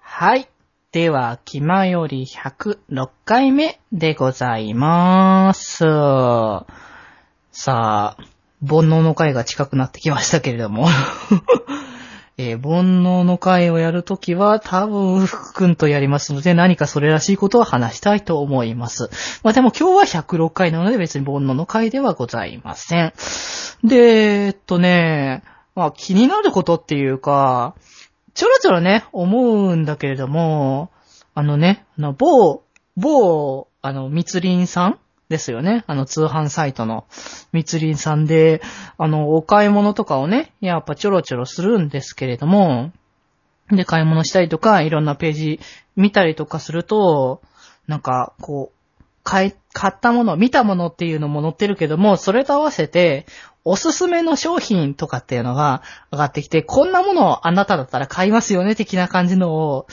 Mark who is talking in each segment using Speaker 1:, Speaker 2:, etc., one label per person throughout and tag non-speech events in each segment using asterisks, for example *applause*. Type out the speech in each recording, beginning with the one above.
Speaker 1: はい。では、気まより106回目でございます。さあ、煩悩の会が近くなってきましたけれども。 *laughs* えー煩悩の会をやるときは多分福くんとやりますので何かそれらしいことを話したいと思います。まあでも今日は106回なので別に煩悩の会ではございません。で、えっとね、まあ気になることっていうか、ちょろちょろね、思うんだけれども、あのね、あの、某、某、あの、密林さんですよね。あの、通販サイトの密林さんで、あの、お買い物とかをね、やっぱちょろちょろするんですけれども、で、買い物したりとか、いろんなページ見たりとかすると、なんか、こう、買い、買ったもの、見たものっていうのも載ってるけども、それと合わせて、おすすめの商品とかっていうのが上がってきて、こんなものをあなただったら買いますよね、的な感じのを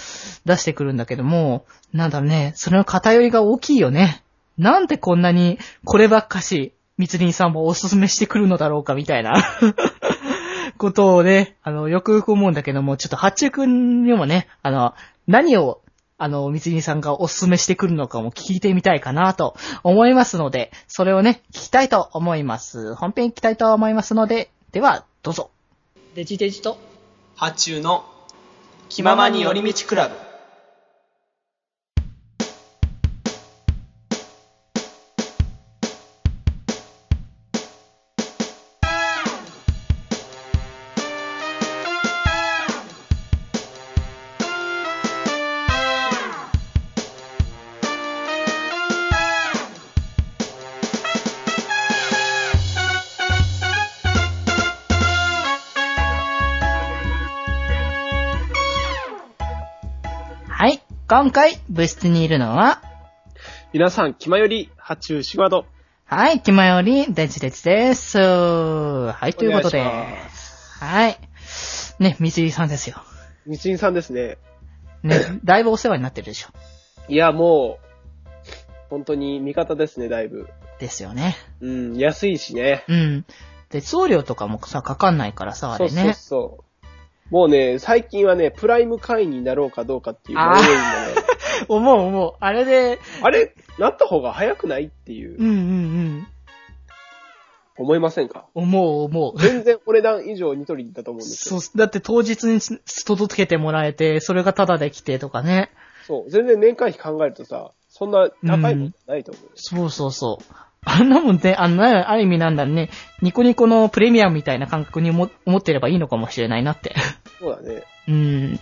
Speaker 1: 出してくるんだけども、なんだろうね、それの偏りが大きいよね。なんでこんなに、こればっかし、密林さんもおすすめしてくるのだろうか、みたいな。 *laughs* ことをね、あの、よくよく思うんだけども、ちょっと八中くんにもね、あの、何を、あの、三井さんがおすすめしてくるのかも聞いてみたいかなと思いますので、それをね、聞きたいと思います。本編行きたいと思いますので、では、どうぞ。デジデジと。
Speaker 2: ハチューの気ままに寄り道クラブ。
Speaker 1: はい。今回、部室にいるのは、
Speaker 3: 皆さん、気まより、ハチューシグマド。
Speaker 1: はい、気まより、デジデジです。はい、ということで
Speaker 3: お、願いします
Speaker 1: はい。ね、三井さんですよ。
Speaker 3: みちんさんですね。 *coughs*
Speaker 1: ね、だいぶお世話になってるでしょ。
Speaker 3: いや、もう、本当に味方ですね、だいぶ。
Speaker 1: ですよね。
Speaker 3: うん、安いしね。
Speaker 1: うん。で、送料とかもさ、かかんないからさ、あ
Speaker 3: そう
Speaker 1: れ
Speaker 3: そう
Speaker 1: ね。
Speaker 3: そう。もうね、最近はね、プライム会員になろうかどうかっていう迷い
Speaker 1: あー
Speaker 3: がね、
Speaker 1: 思う思う。あれで、
Speaker 3: あれ、なった方が早くないっていうう、
Speaker 1: んうんうん。
Speaker 3: 思いませんか
Speaker 1: 思う思う。
Speaker 3: 全然お値段以上ニトリだと思うんです
Speaker 1: そ
Speaker 3: よ
Speaker 1: う。、だって当日に届けてもらえて、それがタダで来てとかね。
Speaker 3: そう。全然年会費考えるとさ、そんな高いもんじゃないと思う。
Speaker 1: そうそうそう。あんなもんね、あの、なある意味なんだろうね、ニコニコのプレミアムみたいな感覚に思思ってればいいのかもしれないなって。 *laughs*
Speaker 3: そうだね。
Speaker 1: うん。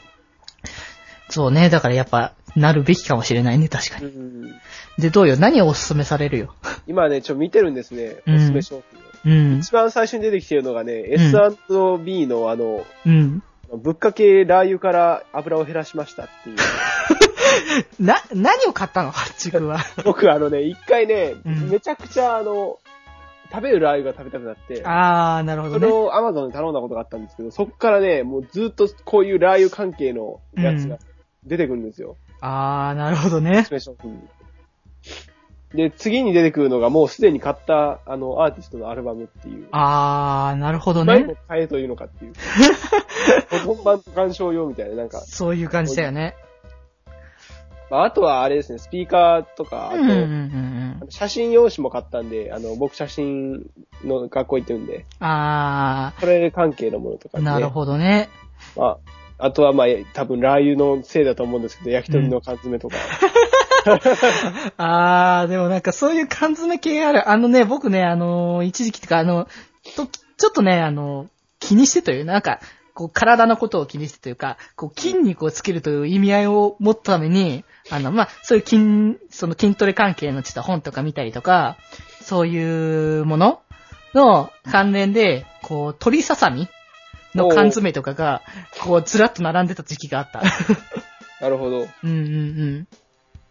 Speaker 1: そうね、だからやっぱ、なるべきかもしれないね、確か
Speaker 3: う
Speaker 1: に。
Speaker 3: ん。
Speaker 1: で、どうよ何をおすすめされるよ。
Speaker 3: 今ね、ちょ、見てるんですね。おすすめ商品を。
Speaker 1: うん。
Speaker 3: 一番最初に出てきてるのがね、
Speaker 1: ん
Speaker 3: S&B のあの、
Speaker 1: うん。
Speaker 3: ぶっかけラー油から油を減らしましたっていう。
Speaker 1: *laughs* な、何を買ったのハッチ
Speaker 3: *laughs*
Speaker 1: 君は。
Speaker 3: 僕あのね、一回ね、
Speaker 1: うん
Speaker 3: めちゃくちゃあの、食べるラー油が食べたくなって、
Speaker 1: あー、なるほど
Speaker 3: それ
Speaker 1: ね。
Speaker 3: を Amazon で頼んだことがあったんですけど、そっからね、もうずっとこういうラー油関係のやつが出てくるんですよ。
Speaker 1: あー、なるほどね
Speaker 3: ス。ペシャルで、次に出てくるのがもうすでに買ったあの、アーティストのアルバムっていう。
Speaker 1: あー、なるほど
Speaker 3: 前
Speaker 1: ね
Speaker 3: も。買えというのかっていう。本番鑑賞用みたいな、なんか、
Speaker 1: そういう感じだよね。
Speaker 3: まあ、あとはあれですね、スピーカーとか、あ
Speaker 1: うん
Speaker 3: と、
Speaker 1: うんうんうん
Speaker 3: あ。の写真用紙も買ったんで、あの、僕写真の学校行ってるんで、
Speaker 1: あ
Speaker 3: これ関係のものとか
Speaker 1: ー、
Speaker 3: ね。
Speaker 1: なるほどね。
Speaker 3: まあ、あとはまあ、多分ラー油のせいだと思うんですけど、焼き鳥の缶詰とか。
Speaker 1: あー、でもなんかそういう缶詰系ある。あのね、僕ね、あのー一時期とか、あの、と、ちょっとね、あの気にしてという、なんか、こう、体のことを気にしてというか、こう、筋肉をつけるという意味合いを持ったために、あの、まあ、そういう筋、その筋トレ関係のちょっと本とか見たりとか、そういうものの関連で、こう、鳥ささみの缶詰とかが、こう、ずらっと並んでた時期があった。
Speaker 3: なるほど。
Speaker 1: うんうんうん。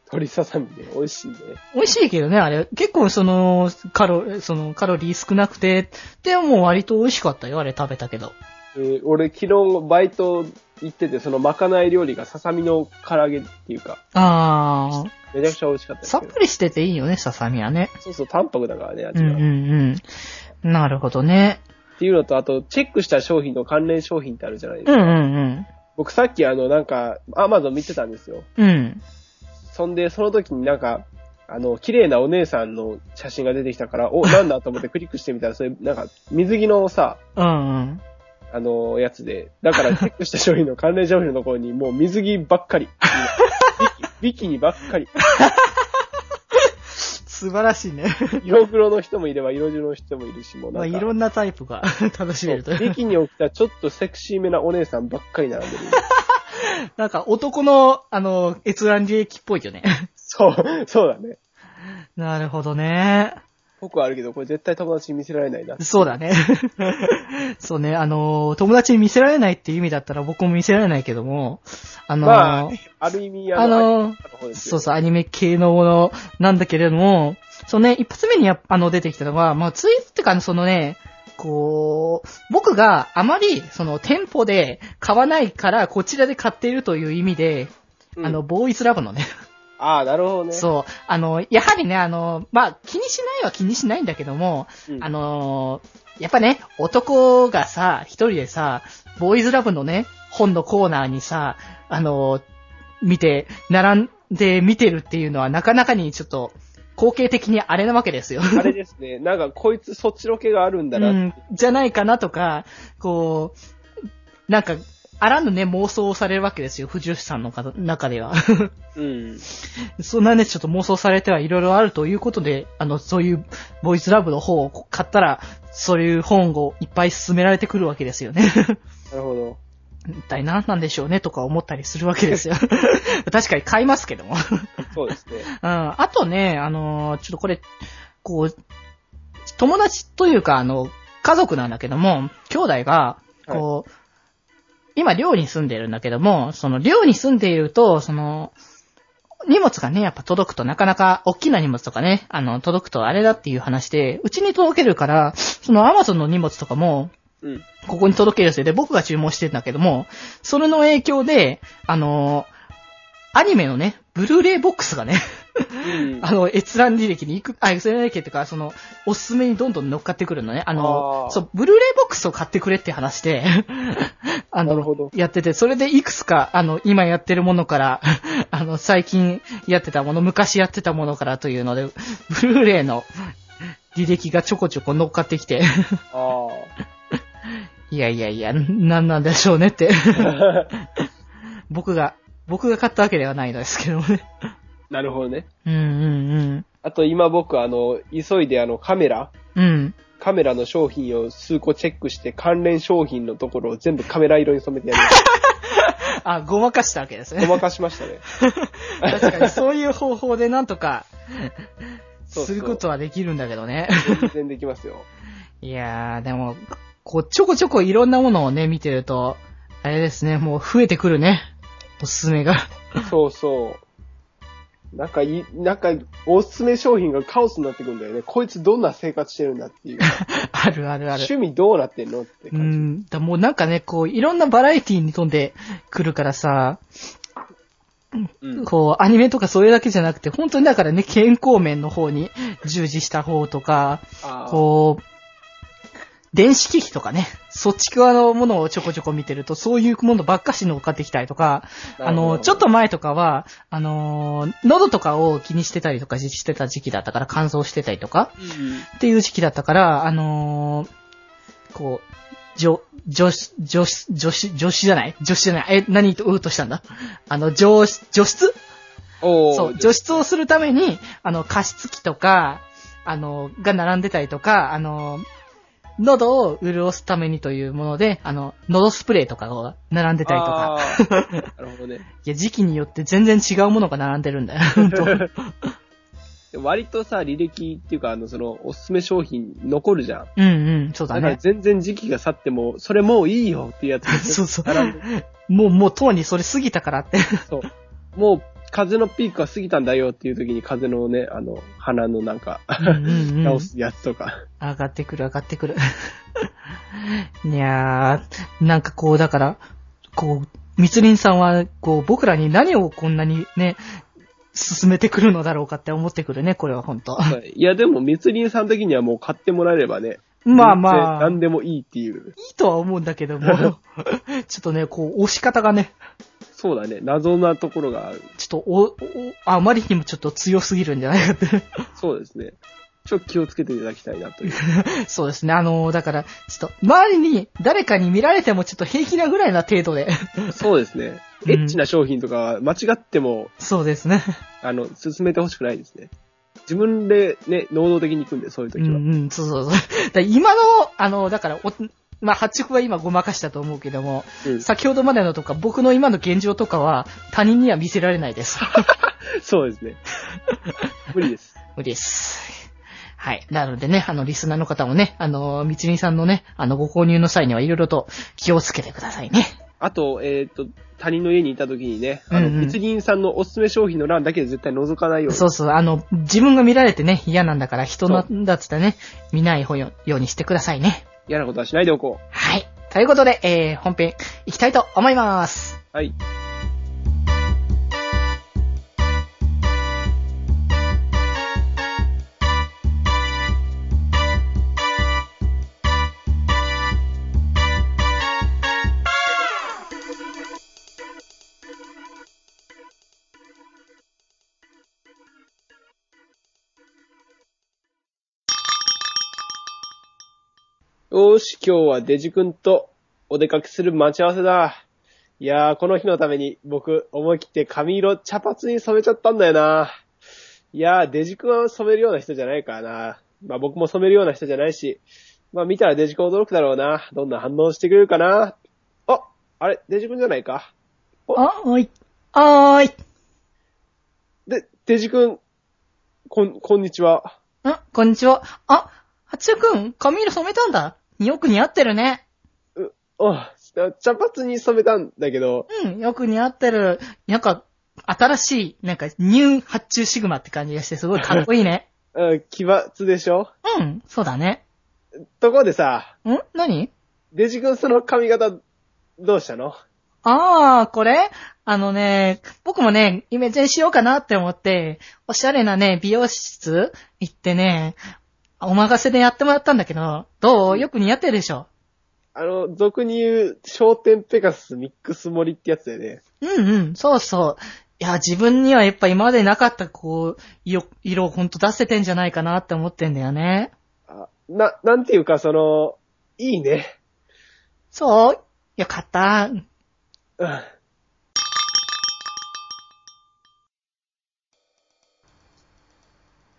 Speaker 3: 鶏ささみね、美味しいね。
Speaker 1: 美味しいけどね、あれ。結構その、カロ、その、カロリー少なくて、でも割と美味しかったよ、あれ食べたけど。
Speaker 3: えー俺昨日バイト行ってて、そのまかない料理がささみの唐揚げっていうか、
Speaker 1: あー、
Speaker 3: めちゃくちゃ美味しかったです
Speaker 1: さ
Speaker 3: け
Speaker 1: っ
Speaker 3: ど。
Speaker 1: ぱりしてていいよね、ささみはね。
Speaker 3: そうそう、淡白だからね、
Speaker 1: う
Speaker 3: 味
Speaker 1: ん
Speaker 3: が。
Speaker 1: うん
Speaker 3: っ
Speaker 1: うん。なるほどね。
Speaker 3: ていうのと、あと、チェックした商品の関連商品ってあるじゃないです
Speaker 1: う
Speaker 3: か。
Speaker 1: んうんうん。
Speaker 3: 僕さっきあの、なんか、アマゾン見てたんですよ。
Speaker 1: うん。
Speaker 3: そんで、その時になんか、あの、綺麗なお姉さんの写真が出てきたから、 *laughs* お、なんだと思ってクリックしてみたら、それ、なんか、水着のさ、
Speaker 1: うんうん。
Speaker 3: あの、やつで、だからチェックした商品の関連商品のところに、もう水着ばっか *laughs* り。ビキビキニばっかり。
Speaker 1: 素晴らしいね。
Speaker 3: 色黒の人もいれば、色白の人もいるし、もう
Speaker 1: ま
Speaker 3: な
Speaker 1: あ、
Speaker 3: ん
Speaker 1: い
Speaker 3: か、
Speaker 1: ろんなタイプが *laughs* 楽しめると
Speaker 3: そう
Speaker 1: い
Speaker 3: ビ
Speaker 1: う。
Speaker 3: キニを着たちょっとセクシーめなお姉さんばっかり並んでる。
Speaker 1: なんか男の、あの、閲覧利益っぽいよね。
Speaker 3: *laughs* そう、そうだね。
Speaker 1: *laughs* なるほどね。
Speaker 3: 僕はあるけど、これ絶対友達に見せられないな。
Speaker 1: *laughs* そうだね。そうね、あの、友達に見せられないっていう意味だったら僕も見せられないけども、あの、
Speaker 3: まあ、ある意味、
Speaker 1: あの
Speaker 3: あの方です
Speaker 1: そ
Speaker 3: よ
Speaker 1: うそう、アニメ系のものなんだけれども、そうね、一発目にやっあの出てきたのが、まあ、ツイートってか、そのね、こう、僕があまり、その、店舗で買わないから、こちらで買っているという意味で、
Speaker 3: うん
Speaker 1: あの、ボーイズラブのね、
Speaker 3: ああ、なるほどね。
Speaker 1: そう、あの、やはりね、あの、まあ、気にしないは気にしないんだけども、
Speaker 3: うん
Speaker 1: あのーやっぱね、男がさ、一人でさ、ボーイズラブのね、本のコーナーにさ、あのー見て、並んで見てるっていうのはなかなかにちょっと、後景的にあれなわけですよ。
Speaker 3: あれですね。なんか、こいつそっちのけがあるんだな。
Speaker 1: うん、じゃないかなとか、こう、なんか、あらぬね、妄想をされるわけですよ、藤吉さんの方中では。
Speaker 3: うん。
Speaker 1: そんなね、ちょっと妄想されてはいろいろあるということで、あの、そういうボイスラブの方を買ったら、そういう本をいっぱい勧められてくるわけですよね。 *laughs*
Speaker 3: なるほど。
Speaker 1: 一体何なんでしょうねとか思ったりするわけですよ。 *laughs* 確かに買いますけども。うん。
Speaker 3: そうですね。
Speaker 1: あとね、あのーちょっとこれ、こう、友達というか、あの、家族なんだけども、兄弟が、こう、今寮に住んでるんだけども、その寮に住んでいると、その、荷物がね、やっぱ届くとなかなか大きな荷物とかね、あの、届くとあれだっていう話で、うちに届けるから、その Amazon の荷物とかも、
Speaker 3: うん。
Speaker 1: ここに届けるせいで僕が注文してんだけども、それの影響で、あの、アニメのね、ブルーレイボックスがね、
Speaker 3: うん。
Speaker 1: あの、閲覧履歴に行く、あ、閲覧履歴っていうか、その、おすすめにどんどん乗っかってくるのね。あの、
Speaker 3: あー
Speaker 1: そう、ブルーレイボックスを買ってくれって話で、 *laughs* あ
Speaker 3: なる
Speaker 1: の、
Speaker 3: ほど。
Speaker 1: やってて、それでいくつか、あの、今やってるものから、 *laughs* あの、最近やってたもの、昔やってたものからというので、ブルーレイの履歴がちょこちょこ乗っかってき *laughs* て、
Speaker 3: あ
Speaker 1: いやいやいや、なんなんでしょうねって。
Speaker 3: あ。
Speaker 1: *laughs*
Speaker 3: *laughs*
Speaker 1: 僕が、僕が買ったわけではないのですけどもね。
Speaker 3: なるほどね。
Speaker 1: うんうん
Speaker 3: あと、今僕、あの、急いであの、カメラ
Speaker 1: うん。うん。
Speaker 3: カメラの商品を数個チェックして、関連商品のところを全部カメラ色に染めてやりまし
Speaker 1: あ、ごまかしたわけです
Speaker 3: た。
Speaker 1: ね。
Speaker 3: ごまかしましたね。
Speaker 1: 確かに、そういう方法でなんとか、
Speaker 3: そうそう
Speaker 1: することはできるんだけどね。
Speaker 3: 全然できますよ。
Speaker 1: いやー、でも、こう、ちょこちょこいろんなものをね、見てると、あれですね、もう増えてくるね。おすすめが。
Speaker 3: *laughs* そうそう。なんかい、なんか、おすすめ商品がカオスになってくんだよね。こいつどんな生活してるんだっていう。
Speaker 1: *laughs* あるあるある。
Speaker 3: 趣味どうなってんのって
Speaker 1: う
Speaker 3: 感じ。
Speaker 1: ん。だもうなんかね、こう、いろんなバラエティに飛んでくるからさ、
Speaker 3: うん
Speaker 1: こう、アニメとかそれだけじゃなくて、本当にだからね、健康面の方に従事した方とか、
Speaker 3: あー
Speaker 1: こう、電子機器とかね、そっち側のものをちょこちょこ見てると、そういうものばっかし乗っかってきたりとか、あの、ちょっ、と前とかは、あのー、喉とかを気にしてたりとかしてた時期だったから、乾燥してたりとか、
Speaker 3: なるほどう
Speaker 1: っ
Speaker 3: ん
Speaker 1: ていう時期だったから、あのーこう、女、女子、女子、女子、女子じゃない女子じゃないえ、何と、うとしたんだあの、上、除湿
Speaker 3: おー
Speaker 1: そう、除湿をするために、あの、加湿器とか、あの、が並んでたりとか、あの、喉を潤すためにというもので、あの、喉スプレーとかが並んでたりとか。
Speaker 3: あーなるほどね。
Speaker 1: いや、時期によって全然違うものが並んでるんだよ。
Speaker 3: *laughs*
Speaker 1: ほんと
Speaker 3: で割とさ、履歴っていうか、あの、その、おすすめ商品残るじゃん。
Speaker 1: うんうん、そうだ
Speaker 3: だから
Speaker 1: ね。
Speaker 3: 全然時期が去っても、それもういいよっていうやつ
Speaker 1: *laughs* そうそう
Speaker 3: 並んで
Speaker 1: もう、もう、とうにそれ過ぎたから
Speaker 3: *laughs*
Speaker 1: って。
Speaker 3: そう。もう、風のピークが過ぎたんだよっていう時に風のね、あの、鼻のなんか、
Speaker 1: うんうんうん
Speaker 3: *laughs* 直すやつとか。
Speaker 1: 上がってくる、上がってくる。 *laughs* いやー、なんかこう、だから、こう、密林さんは、こう、僕らに何をこんなにね、進めてくる
Speaker 3: *laughs*
Speaker 1: のだろうかって思ってくるね、これは本当。
Speaker 3: いや、でも、密林さん的にはもう買ってもらえればね、
Speaker 1: まあ
Speaker 3: 全然
Speaker 1: まあ、い
Speaker 3: 何でもいいっていう。
Speaker 1: いとは思うんだけど
Speaker 3: *laughs*
Speaker 1: も、ちょっとね、こう、押し方がね、
Speaker 3: そうだね。謎なところがある。
Speaker 1: ちょっとお、お、あまりにもちょっと強すぎるんじゃないかって。 *laughs*
Speaker 3: そうですね。ちょっと気をつけていただきたいなという。
Speaker 1: そうですね。あのーだから、ちょっと、周りに、誰かに見られてもちょっと平気なぐらいな程度で。 *laughs*
Speaker 3: そうですね。
Speaker 1: うん
Speaker 3: エッチな商品とかは間違っても、
Speaker 1: そうですね。
Speaker 3: あの、進めてほしくないですね。自分でね、能動的に行くんで、そういう
Speaker 1: う
Speaker 3: 時
Speaker 1: ん
Speaker 3: は。
Speaker 1: うん、そうそうそう。だから今の、あのーだから、お、まあ、発着は今ごまかしたと思うけども、
Speaker 3: うん
Speaker 1: 先ほどまでのとか、僕の今の現状とかは、他人には見せられないです。
Speaker 3: そうです
Speaker 1: *laughs*
Speaker 3: ね。無理です。
Speaker 1: 無理です。はい。なのでね、あの、リスナーの方もね、あのー、みつりんさんのね、あの、ご購入の際にはいろいろと気をつけてくださいね。
Speaker 3: あと、えっ、と、他人の家にいた時にね、あ
Speaker 1: う
Speaker 3: の、
Speaker 1: んうん
Speaker 3: 密林さんのおすすめ商品の欄だけで絶対覗かないように。
Speaker 1: そうそう、あの、自分が見られてね、嫌なんだから、人
Speaker 3: そ
Speaker 1: な
Speaker 3: うん
Speaker 1: だっつったらね、見ない方よようにしてくださいね。
Speaker 3: 嫌なことはしないでおこう。
Speaker 1: はい。ということで、えー、本編、行きたいと思います。
Speaker 3: はい。よーし、今日はデジ君とお出かけする待ち合わせだ。いやー、この日のために僕、思い切って髪色茶髪に染めちゃったんだよな。いやー、デジ君は染めるような人じゃないからな。まあ僕も染めるような人じゃないし、まあ見たらデジ君驚くだろうな。どんな反応してくれるかな。あ、あれ、デジ君じゃないか。
Speaker 1: あ、おい。あーい。
Speaker 3: で、デジ君、こん、こんにちは。
Speaker 1: んこんにちは。あ、八代くん、髪色染めたんだ。よく似合ってるね。
Speaker 3: あ、茶髪に染めたんだけど、
Speaker 1: うん、よく似合ってる。なんか、新しい、なんか、ニュー発注シグマって感じがして、すごいかっこいいね。
Speaker 3: うん、奇抜でしょ
Speaker 1: うん、そうだね。
Speaker 3: ところでさ、
Speaker 1: ん何
Speaker 3: デジ君その髪型、どうしたの
Speaker 1: ああ、これあのね、僕もね、イメチェンしようかなって思って、おしゃれなね、美容室行ってね、お任せでやってもらったんだけど、どうよく似合ってるでしょ。
Speaker 3: あの、俗に言う、商店ペガスミックス盛りってやつだよね。
Speaker 1: うんうん、そうそう。いや、自分にはやっぱ今までなかった、こう、色、色をほんと出せてんじゃないかなって思ってんだよね。
Speaker 3: あな、なんていうか、その、いいね。
Speaker 1: そうよかった。
Speaker 3: うん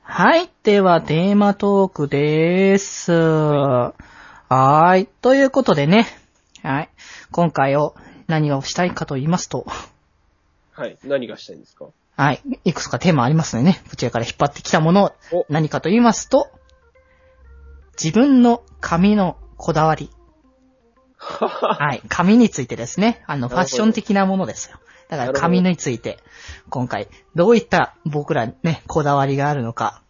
Speaker 1: はい。では、テーマトークでーす。はーい。ということでね。はい。今回を何をしたいかと言いますと。
Speaker 3: はい。何がしたいんです *laughs* か
Speaker 1: はい。いくつかテーマありますのでね。こちらから引っ張ってきたものを
Speaker 3: お
Speaker 1: 何かと言いますと、自分の髪のこだわり。
Speaker 3: はは
Speaker 1: はい。髪についてですね。あの、
Speaker 3: なるほ
Speaker 1: フ
Speaker 3: ど
Speaker 1: ァッション的なものですよ。だか
Speaker 3: な
Speaker 1: ら
Speaker 3: るほど
Speaker 1: 髪について、今回、どういった僕らね、こだわりがあるのか、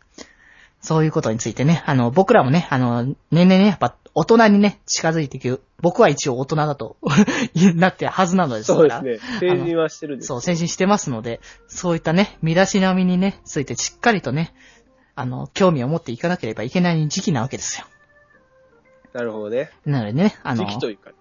Speaker 1: そういうことについてね、あの、僕らもね、あの、年々ね、やっぱ、大人にね、近づいていく。僕は一応大人だと、 *laughs* なってるはずなのですか
Speaker 3: そうで
Speaker 1: ら。
Speaker 3: すね。成人はしてるんです。
Speaker 1: そう、先進してますので、そういったね、身だしなみにね、ついてしっかりとね、あの、興味を持っていかなければいけない時期なわけですよ。
Speaker 3: なるほどね。
Speaker 1: なのでね、あの、
Speaker 3: 時期というか、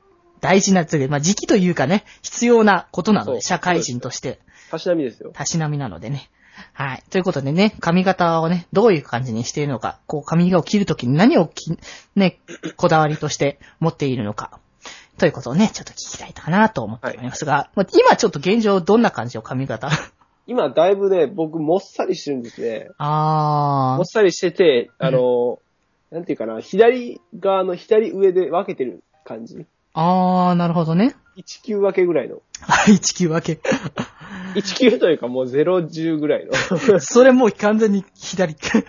Speaker 1: 大事なつれ、まあ、時期というかね、必要なことなの
Speaker 3: そ
Speaker 1: で、
Speaker 3: う
Speaker 1: 社会人として、
Speaker 3: たしなみですよ。
Speaker 1: たしなみなのでね。はい。ということでね、髪型をね、どういう感じにしているのか、こう、髪を切るときに何をき、ね、こだわりとして持っているのか、ということをね、ちょっと聞きたいかなと思っておりますが、まあ今ちょっと現状どんな感じの髪
Speaker 3: *laughs*
Speaker 1: 型
Speaker 3: 今、だいぶね、僕、もっさりしてるんですね。
Speaker 1: あ
Speaker 3: も
Speaker 1: ー
Speaker 3: っ。さりしてて、あの、なんていうかな、左側の左上で分けてる感じ。
Speaker 1: あー、なるほどね。
Speaker 3: 1級分けぐらいの。
Speaker 1: 一級
Speaker 3: *laughs*
Speaker 1: 分け。
Speaker 3: 1級というか、もう010ぐら
Speaker 1: *laughs*
Speaker 3: いの。
Speaker 1: それもう完全に左。 *laughs*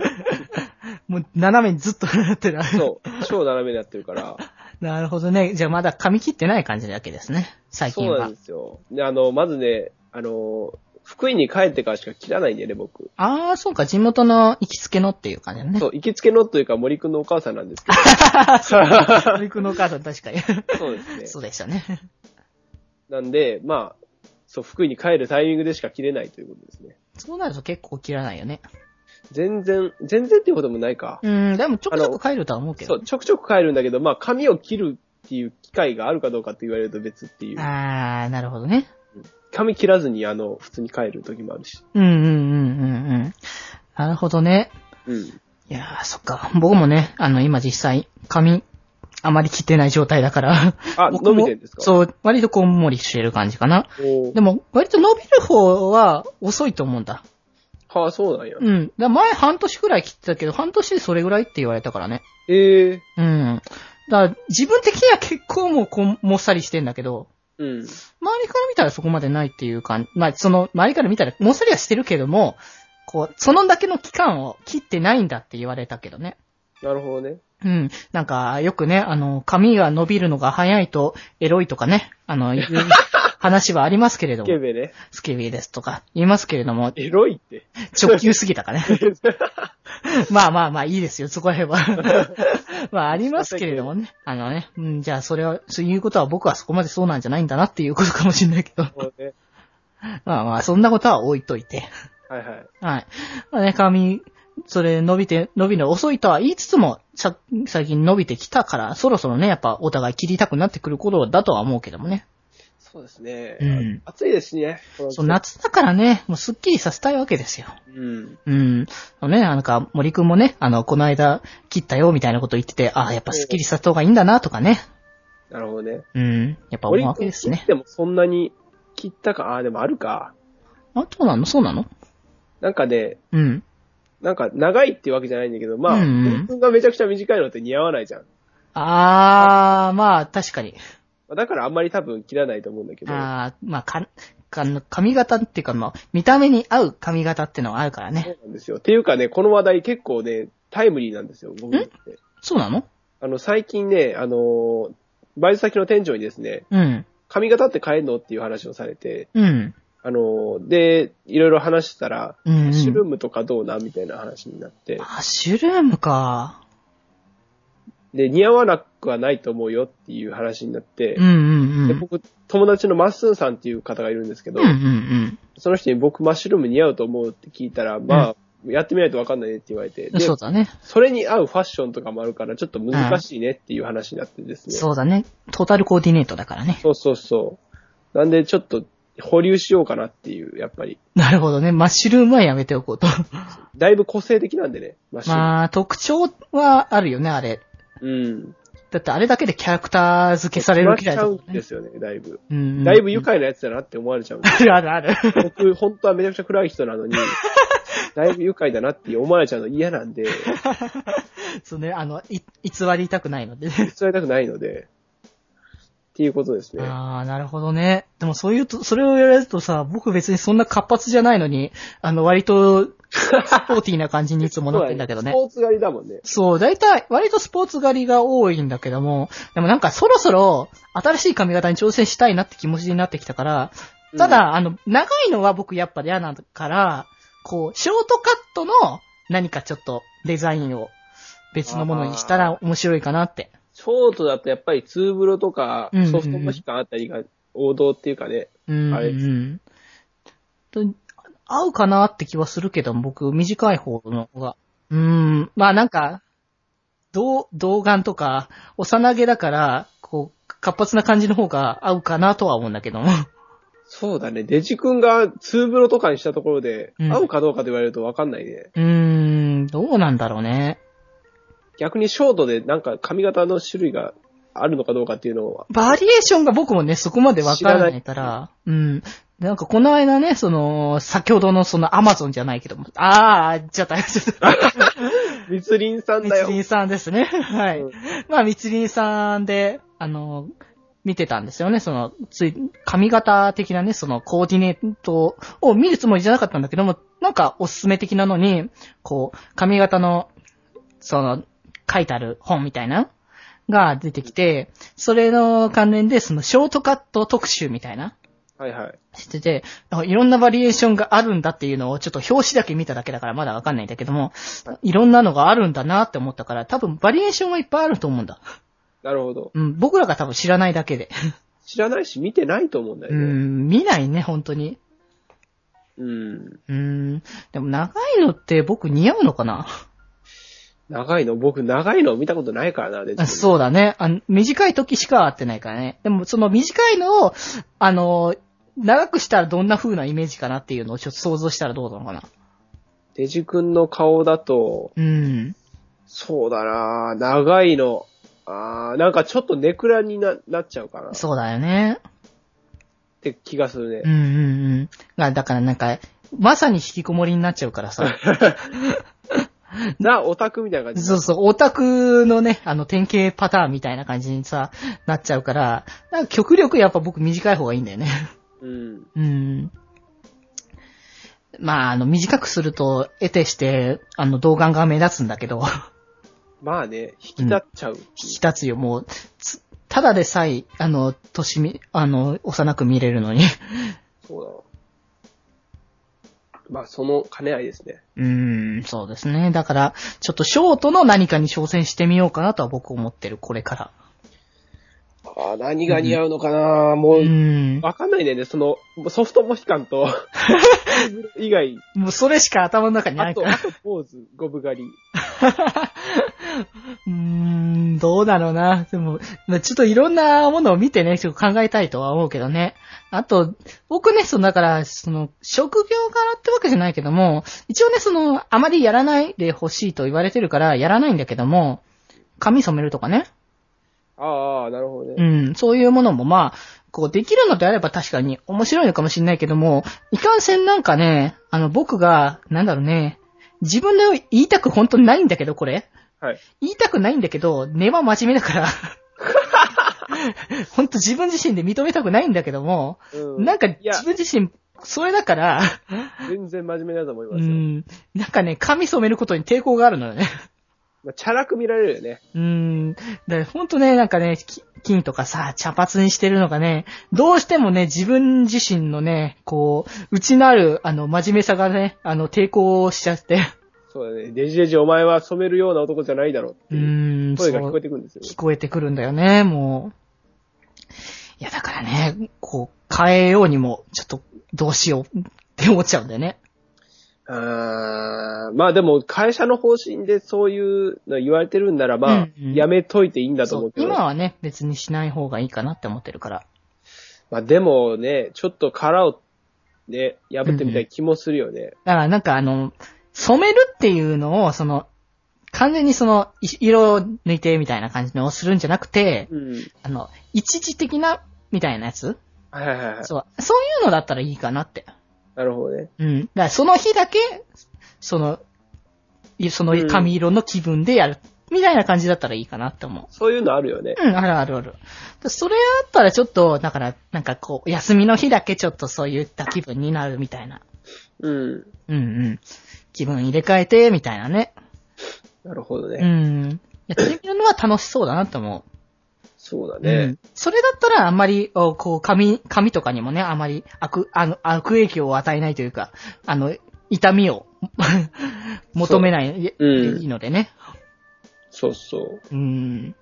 Speaker 1: もう斜めにずっとなってる。
Speaker 3: そう。超斜めになってるから。
Speaker 1: なるほどね。じゃあまだ髪切ってない感じだけですね。最近
Speaker 3: そうな
Speaker 1: は
Speaker 3: ん。ですよ。であの、まずね、あの、福井に帰ってからしか切らないんだよね、僕。
Speaker 1: ああ、そうか。地元の行きつけのっていう感じだね。
Speaker 3: そう、行きつけのというか森くんのお母さんなんです
Speaker 1: *laughs*
Speaker 3: け *laughs*
Speaker 1: う。陸のお母さん確かに。
Speaker 3: ど、そうですね。
Speaker 1: そうでしたね。
Speaker 3: なんで、まあ、そう、福井に帰るタイミングでしか切れないということですね。
Speaker 1: そうなると結構切らないよね。
Speaker 3: 全然、全然っていうこともないか。
Speaker 1: うん、でもちょくちょく帰るとは思うけ
Speaker 3: そ
Speaker 1: ど。
Speaker 3: う、ちょくちょく帰るんだけど、まあ、髪を切るっていう機会があるかどうかって言われると別っていう。
Speaker 1: あー、なるほどね。
Speaker 3: 髪切らずに、あの、普通に帰る時もあるし。
Speaker 1: うんうんうんうんうん。なるほどね。
Speaker 3: うん。
Speaker 1: いやー、そっか。僕もね、あの、今実際、髪、あまり切ってない状態だから。
Speaker 3: あ、
Speaker 1: 僕も
Speaker 3: 伸びてんですか
Speaker 1: そう、割とこんもりしてる感じかな。
Speaker 3: お
Speaker 1: でも、割と伸びる方は遅いと思うんだ。
Speaker 3: はあ、そうなんや。
Speaker 1: うん。だ前半年くらい切ってたけど、半年でそれぐらいって言われたからね。
Speaker 3: ええ
Speaker 1: うん。だから自分的には結構もうこう、もっさりしてんだけど、
Speaker 3: うん。
Speaker 1: 周りから見たらそこまでないっていう感じ。まあ、その、周りから見たらもっさりはしてるけども、こう、そのだけの期間を切ってないんだって言われたけどね。
Speaker 3: なるほどね。
Speaker 1: うん。なんか、よくね、あの、髪が伸びるのが早いと、エロいとかね、あの、いう話はありますけれど
Speaker 3: スケ
Speaker 1: も、
Speaker 3: ベね。
Speaker 1: スケビーですとか言いますけれども、
Speaker 3: エロいって。
Speaker 1: 直球すぎたかね。 *laughs* まあまあまあ、いいですよ、そこら辺は。まあ、ありますけれどもね。あのね、うん、じゃあ、それは、そういうことは僕はそこまでそうなんじゃないんだなっていうことかもしれないけど。 *laughs*
Speaker 3: そうね。
Speaker 1: まあまあ、そんなことは置いといて。
Speaker 3: はいはい。
Speaker 1: はい。まあね、髪、それ伸びて、伸びるの遅いとは言いつつも、さ最近伸びてきたから、そろそろね、やっぱお互い切りたくなってくる頃だとは思うけどもね。
Speaker 3: そうですね。
Speaker 1: うん
Speaker 3: 暑いですしね。この
Speaker 1: そう、夏だからね、もうスッキリさせたいわけですよ。
Speaker 3: うん。
Speaker 1: うん。あのね、なんか、森くんもね、あの、この間切ったよみたいなこと言ってて、ああ、やっぱスッキリさせた方がいいんだなとかね。
Speaker 3: なるほどね。
Speaker 1: うん。やっぱ思うわけですね。
Speaker 3: でもそんなに切ったか、ああ、でもあるか。
Speaker 1: あ、そうなのそうなの
Speaker 3: なんかね、
Speaker 1: うん。
Speaker 3: なんか長いってわけじゃないんだけど、まあ、
Speaker 1: う
Speaker 3: うん
Speaker 1: うん
Speaker 3: んがめちゃくちゃ短いのって似合わないじゃん。
Speaker 1: あー、まあ、確かに。
Speaker 3: だからあんまり多分切らないと思うんだけど。
Speaker 1: あー、まあ、か、かの髪型っていうか、まあ、見た目に合う髪型ってのはあるから
Speaker 3: そ
Speaker 1: ね。
Speaker 3: うなんですよ。っていうかね、この話題結構ね、タイムリーなんですよ、僕にとって。
Speaker 1: そうなの
Speaker 3: あの、最近ね、あのーバイト先の店長にですね、
Speaker 1: うん。
Speaker 3: 髪型って変えんのっていう話をされて、
Speaker 1: うん。
Speaker 3: あのーで、いろいろ話してたら、
Speaker 1: うん、うん。
Speaker 3: マッシュルームとかどうなみたいな話になって
Speaker 1: マ、ッシュルームか。
Speaker 3: で、似合わなくはないと思うよっていう話になって、
Speaker 1: うんうんう
Speaker 3: で
Speaker 1: ん。
Speaker 3: 僕、友達のマッスンさんっていう方がいるんですけど、
Speaker 1: うんうんうん
Speaker 3: その人に僕マッシュルーム似合うと思うって聞いたら、まあ、やってみないとわかんないねって言われて、
Speaker 1: うん。
Speaker 3: で、
Speaker 1: そうだね。
Speaker 3: それに合うファッションとかもあるから、ちょっと難しいねっていう話になってですね。
Speaker 1: そうだね。トータルコーディネートだからね。 *laughs*
Speaker 3: そうそうそう。なんでちょっと保留しようかなっていう、やっぱり。
Speaker 1: なるほどね。マッシュルームはやめておこ
Speaker 3: *laughs*
Speaker 1: うと。
Speaker 3: だいぶ個性的なんでね、マッシュルーム。
Speaker 1: まあ、特徴はあるよね、あれ。
Speaker 3: うん。
Speaker 1: だってあれだけでキャラクター付けされる
Speaker 3: まっ
Speaker 1: み
Speaker 3: ち
Speaker 1: たい
Speaker 3: ゃ
Speaker 1: なと
Speaker 3: うん
Speaker 1: こね。
Speaker 3: ですよね、だいぶ。
Speaker 1: うんうん
Speaker 3: だいぶ愉快なやつだなって思われちゃうんで
Speaker 1: あ *laughs* るあるある。
Speaker 3: 僕、本当はめちゃくちゃ暗い人な
Speaker 1: *laughs*
Speaker 3: のに、だいぶ愉快だなって思われちゃうの嫌なんで、
Speaker 1: そうね、あの、い、偽りたくないのでね。
Speaker 3: 伝えたくないので、っていうことですね。
Speaker 1: ああ、なるほどね。でもそういうと、それをやられるとさ、僕別にそんな活発じゃないのに、あの、割と、スポーティーな感じにいつもなってんだけどね
Speaker 3: *laughs* ス。ポーツ狩りだもんね。
Speaker 1: そう、だいたい、割とスポーツ狩りが多いんだけども、でもなんかそろそろ、新しい髪型に挑戦したいなって気持ちになってきたから、ただ、あの、長いのは僕やっぱ嫌なから、こう、ショートカットの何かちょっとデザインを別のものにしたら面白いかなって。
Speaker 3: ショートだとやっぱりツーブロとか
Speaker 1: うんうんうん
Speaker 3: ソフトモヒカンあたりが王道っていうかね。
Speaker 1: うん、
Speaker 3: あれです
Speaker 1: うん。と合うかなって気はするけど、僕、短い方の方が。うん、まあなんか、童、童顔とか、幼毛だから、こう、活発な感じの方が合うかなとは思うんだけども。
Speaker 3: そうだね。デジ君がツーブロとかにしたところで、
Speaker 1: うん
Speaker 3: 合うかどうかと言われるとわかんないね。
Speaker 1: *laughs* うーん、どうなんだろうね。
Speaker 3: 逆にショートでなんか髪型の種類があるのかどうかっていうのは、
Speaker 1: バリエーションが僕もね、そこまでわからないから、うん。なんかこの間ね、その、先ほどのそのアマゾンじゃないけども、あー、じゃった、ちょっと、
Speaker 3: 密林さん
Speaker 1: み
Speaker 3: だ
Speaker 1: つ
Speaker 3: よ。
Speaker 1: りんさんですね。はい。
Speaker 3: うん
Speaker 1: まあ、みつりんさんで、あの、見てたんですよね。その、つい、髪型的なね、そのコーディネートを見るつもりじゃなかったんだけども、なんかおすすめ的なのに、こう、髪型の、その、書いてある本みたいな、が出てきて、それの関連で、その、ショートカット特集みたいな、
Speaker 3: はいはい。
Speaker 1: してて、あいろんなバリエーションがあるんだっていうのを、ちょっと表紙だけ見ただけだからまだわかんないんだけども、いろんなのがあるんだなって思ったから、多分バリエーションはいっぱいあると思うんだ。
Speaker 3: なるほど。
Speaker 1: うん、僕らが多分知らないだけで。
Speaker 3: 知らないし見てないと思うんだよ
Speaker 1: う
Speaker 3: ね。
Speaker 1: ん、見ないね、本当に。
Speaker 3: うん。
Speaker 1: うーん。でも長いのって僕似合うのかな
Speaker 3: 長いの、僕長いの見たことないからな、デジ
Speaker 1: あ
Speaker 3: 君。
Speaker 1: そうだね。あの短い時しか会ってないからね。でもその短いのを、あの、長くしたらどんな風なイメージかなっていうのをちょっと想像したらどうなのかな。
Speaker 3: デジ君の顔だと、
Speaker 1: うん。
Speaker 3: そうだな長いの。あーなんかちょっとネクラにななっちゃうかなっ
Speaker 1: そうだよね。
Speaker 3: て気がする
Speaker 1: う
Speaker 3: ね。
Speaker 1: んうんうんが。だからなんか、まさに引きこもりになっちゃうからさ。
Speaker 3: な、オタクみたいな感じ。
Speaker 1: そうそう、オタクのね、あの、典型パターンみたいな感じにさ、なっちゃうから、なんか極力やっぱ僕短い方がいいんだよね。
Speaker 3: うん。
Speaker 1: うん。まあ、あの、短くすると、得てして、あの、動画が目立つんだけど、
Speaker 3: まあね、引き立っちゃう。
Speaker 1: 引き立つよ、もう、つただでさえ、あの、年み、あの、幼く見れるのに。
Speaker 3: そうだな。まあ、その兼ね合いですね。
Speaker 1: うん、そうですね。だから、ちょっとショートの何かに挑戦してみようかなとは僕思ってる、これから。
Speaker 3: ああ、何が似合うのかな、も
Speaker 1: う
Speaker 3: う、
Speaker 1: ん。
Speaker 3: わかんないんだよね、その、ソフトモヒカ
Speaker 1: *laughs*
Speaker 3: ンと、以外、
Speaker 1: もうそれしか頭の中にな
Speaker 3: あ
Speaker 1: いか
Speaker 3: と、
Speaker 1: ら。
Speaker 3: あとポーズ、ゴブ狩り。
Speaker 1: うーん、どうだろうな。でも、まあちょっといろんなものを見てね、ちょっと考えたいとは思うけどね。あと、僕ね、その、だから、その、職業柄ってわけじゃないけども、一応ね、その、あまりやらないでほしいと言われてるから、やらないんだけども、髪染めるとかね。
Speaker 3: ああ、なるほど
Speaker 1: う
Speaker 3: ね。
Speaker 1: ん、そういうものもまあ、こうできるのであれば確かに面白いのかもしれないけども、いかんせんなんかね、あの僕が、なんだろうね、自分で言いたく本当にないんだけど、これ。
Speaker 3: はい。
Speaker 1: 言いたくないんだけど、根は真面目だから。 *laughs* 本当自分自身で認めたくないんだけども、
Speaker 3: う
Speaker 1: なんか
Speaker 3: いや
Speaker 1: 自、分自身、それだから、
Speaker 3: 全然真面目だと思いうますよ。
Speaker 1: ん、なんかね、髪染めることに抵抗があるのよね。
Speaker 3: まあ、チャラく見られるよね。
Speaker 1: うーん。だほんとね、なんかね、き金とかさ、茶髪にしてるのがね、どうしてもね、自分自身のね、こう、内なる、あの、真面目さがね、あの、抵抗しちゃって。
Speaker 3: そうだね。デジデジお前は染めるような男じゃないだろうって
Speaker 1: う
Speaker 3: いう
Speaker 1: ーん、
Speaker 3: 声が聞こえ
Speaker 1: う。
Speaker 3: てくるんですよね
Speaker 1: 聞。こえてくるんだよね、もう。いや、だからね、こう、変えようにも、ちょっと、どうしようって思っちゃうんだよね。
Speaker 3: あーまあでも会社の方針でそういうの言われてるんならまあ、
Speaker 1: うんうん
Speaker 3: やめといていいんだと
Speaker 1: そ
Speaker 3: 思う
Speaker 1: う。
Speaker 3: けど、
Speaker 1: 今はね、別にしない方がいいかなって思ってるから。
Speaker 3: まあでもね、ちょっと殻をね、破ってみたい気もするよね。
Speaker 1: だからなんかあの、染めるっていうのを、その、完全にその、い色を抜いてみたいな感じのをするんじゃなくて、
Speaker 3: うん。
Speaker 1: あの、一時的な、みたいなやつ
Speaker 3: はいはいはい。
Speaker 1: そう。そういうのだったらいいかなって。
Speaker 3: なるほどね。
Speaker 1: うん。だからその日だけ、その、いその髪色の気分でやる、みたいな感じだったらいいかなって思う。
Speaker 3: そういうのあるよね。
Speaker 1: うん、あるあるある。それあったらちょっと、だから、なんかこう、休みの日だけちょっとそういった気分になるみたいな。
Speaker 3: うん。
Speaker 1: うんうん。気分入れ替えて、みたいなね。
Speaker 3: なるほどね。
Speaker 1: うん。やってみるのは楽しそうだなと思
Speaker 3: そうだ
Speaker 1: う。う
Speaker 3: ね
Speaker 1: ん。。それだったらあんまり、おこう、髪、髪とかにもね、あまり悪、あの、悪影響を与えないというか、あの、痛みを *laughs* 求めない、い
Speaker 3: うん
Speaker 1: いいのでね。
Speaker 3: そうそう。
Speaker 1: うん。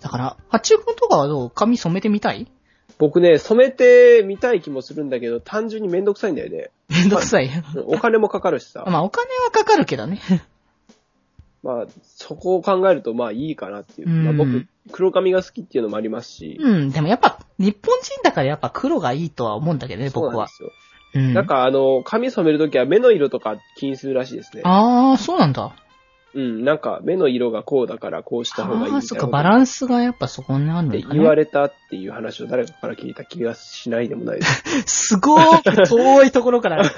Speaker 1: だから、八中君とかはどう髪染めてみたい *laughs*
Speaker 3: 僕ね、染めてみたい気もするんだけど、単純にめんどくさいんだよね。
Speaker 1: めんどくさい。
Speaker 3: うんお金もかかるしさ。
Speaker 1: まあ、お金はかかるけどね。
Speaker 3: まあ、そこを考えるとまあいいかなっていう。まあ
Speaker 1: う
Speaker 3: 僕
Speaker 1: ん、
Speaker 3: 黒髪が好きっていうのもありますし。
Speaker 1: うん、でもやっぱ、日本人だからやっぱ黒がいいとは思うんだけどね、
Speaker 3: そう
Speaker 1: 僕
Speaker 3: なん
Speaker 1: は
Speaker 3: で。すよ。
Speaker 1: うん。
Speaker 3: なんかあの、髪染めるときは目の色とか気にするらしいですね。
Speaker 1: ああ、そうなんだ。
Speaker 3: うん、なんか目の色がこうだからこうした方がいい
Speaker 1: ああ、
Speaker 3: み
Speaker 1: そ
Speaker 3: た
Speaker 1: っ
Speaker 3: い
Speaker 1: か、
Speaker 3: な
Speaker 1: バランスがやっぱそこにある
Speaker 3: っ
Speaker 1: の
Speaker 3: て
Speaker 1: か、ね。
Speaker 3: 言われたっていう話を誰かから聞いた気がしないでもな
Speaker 1: *laughs*
Speaker 3: いです。
Speaker 1: すごーく遠いところから、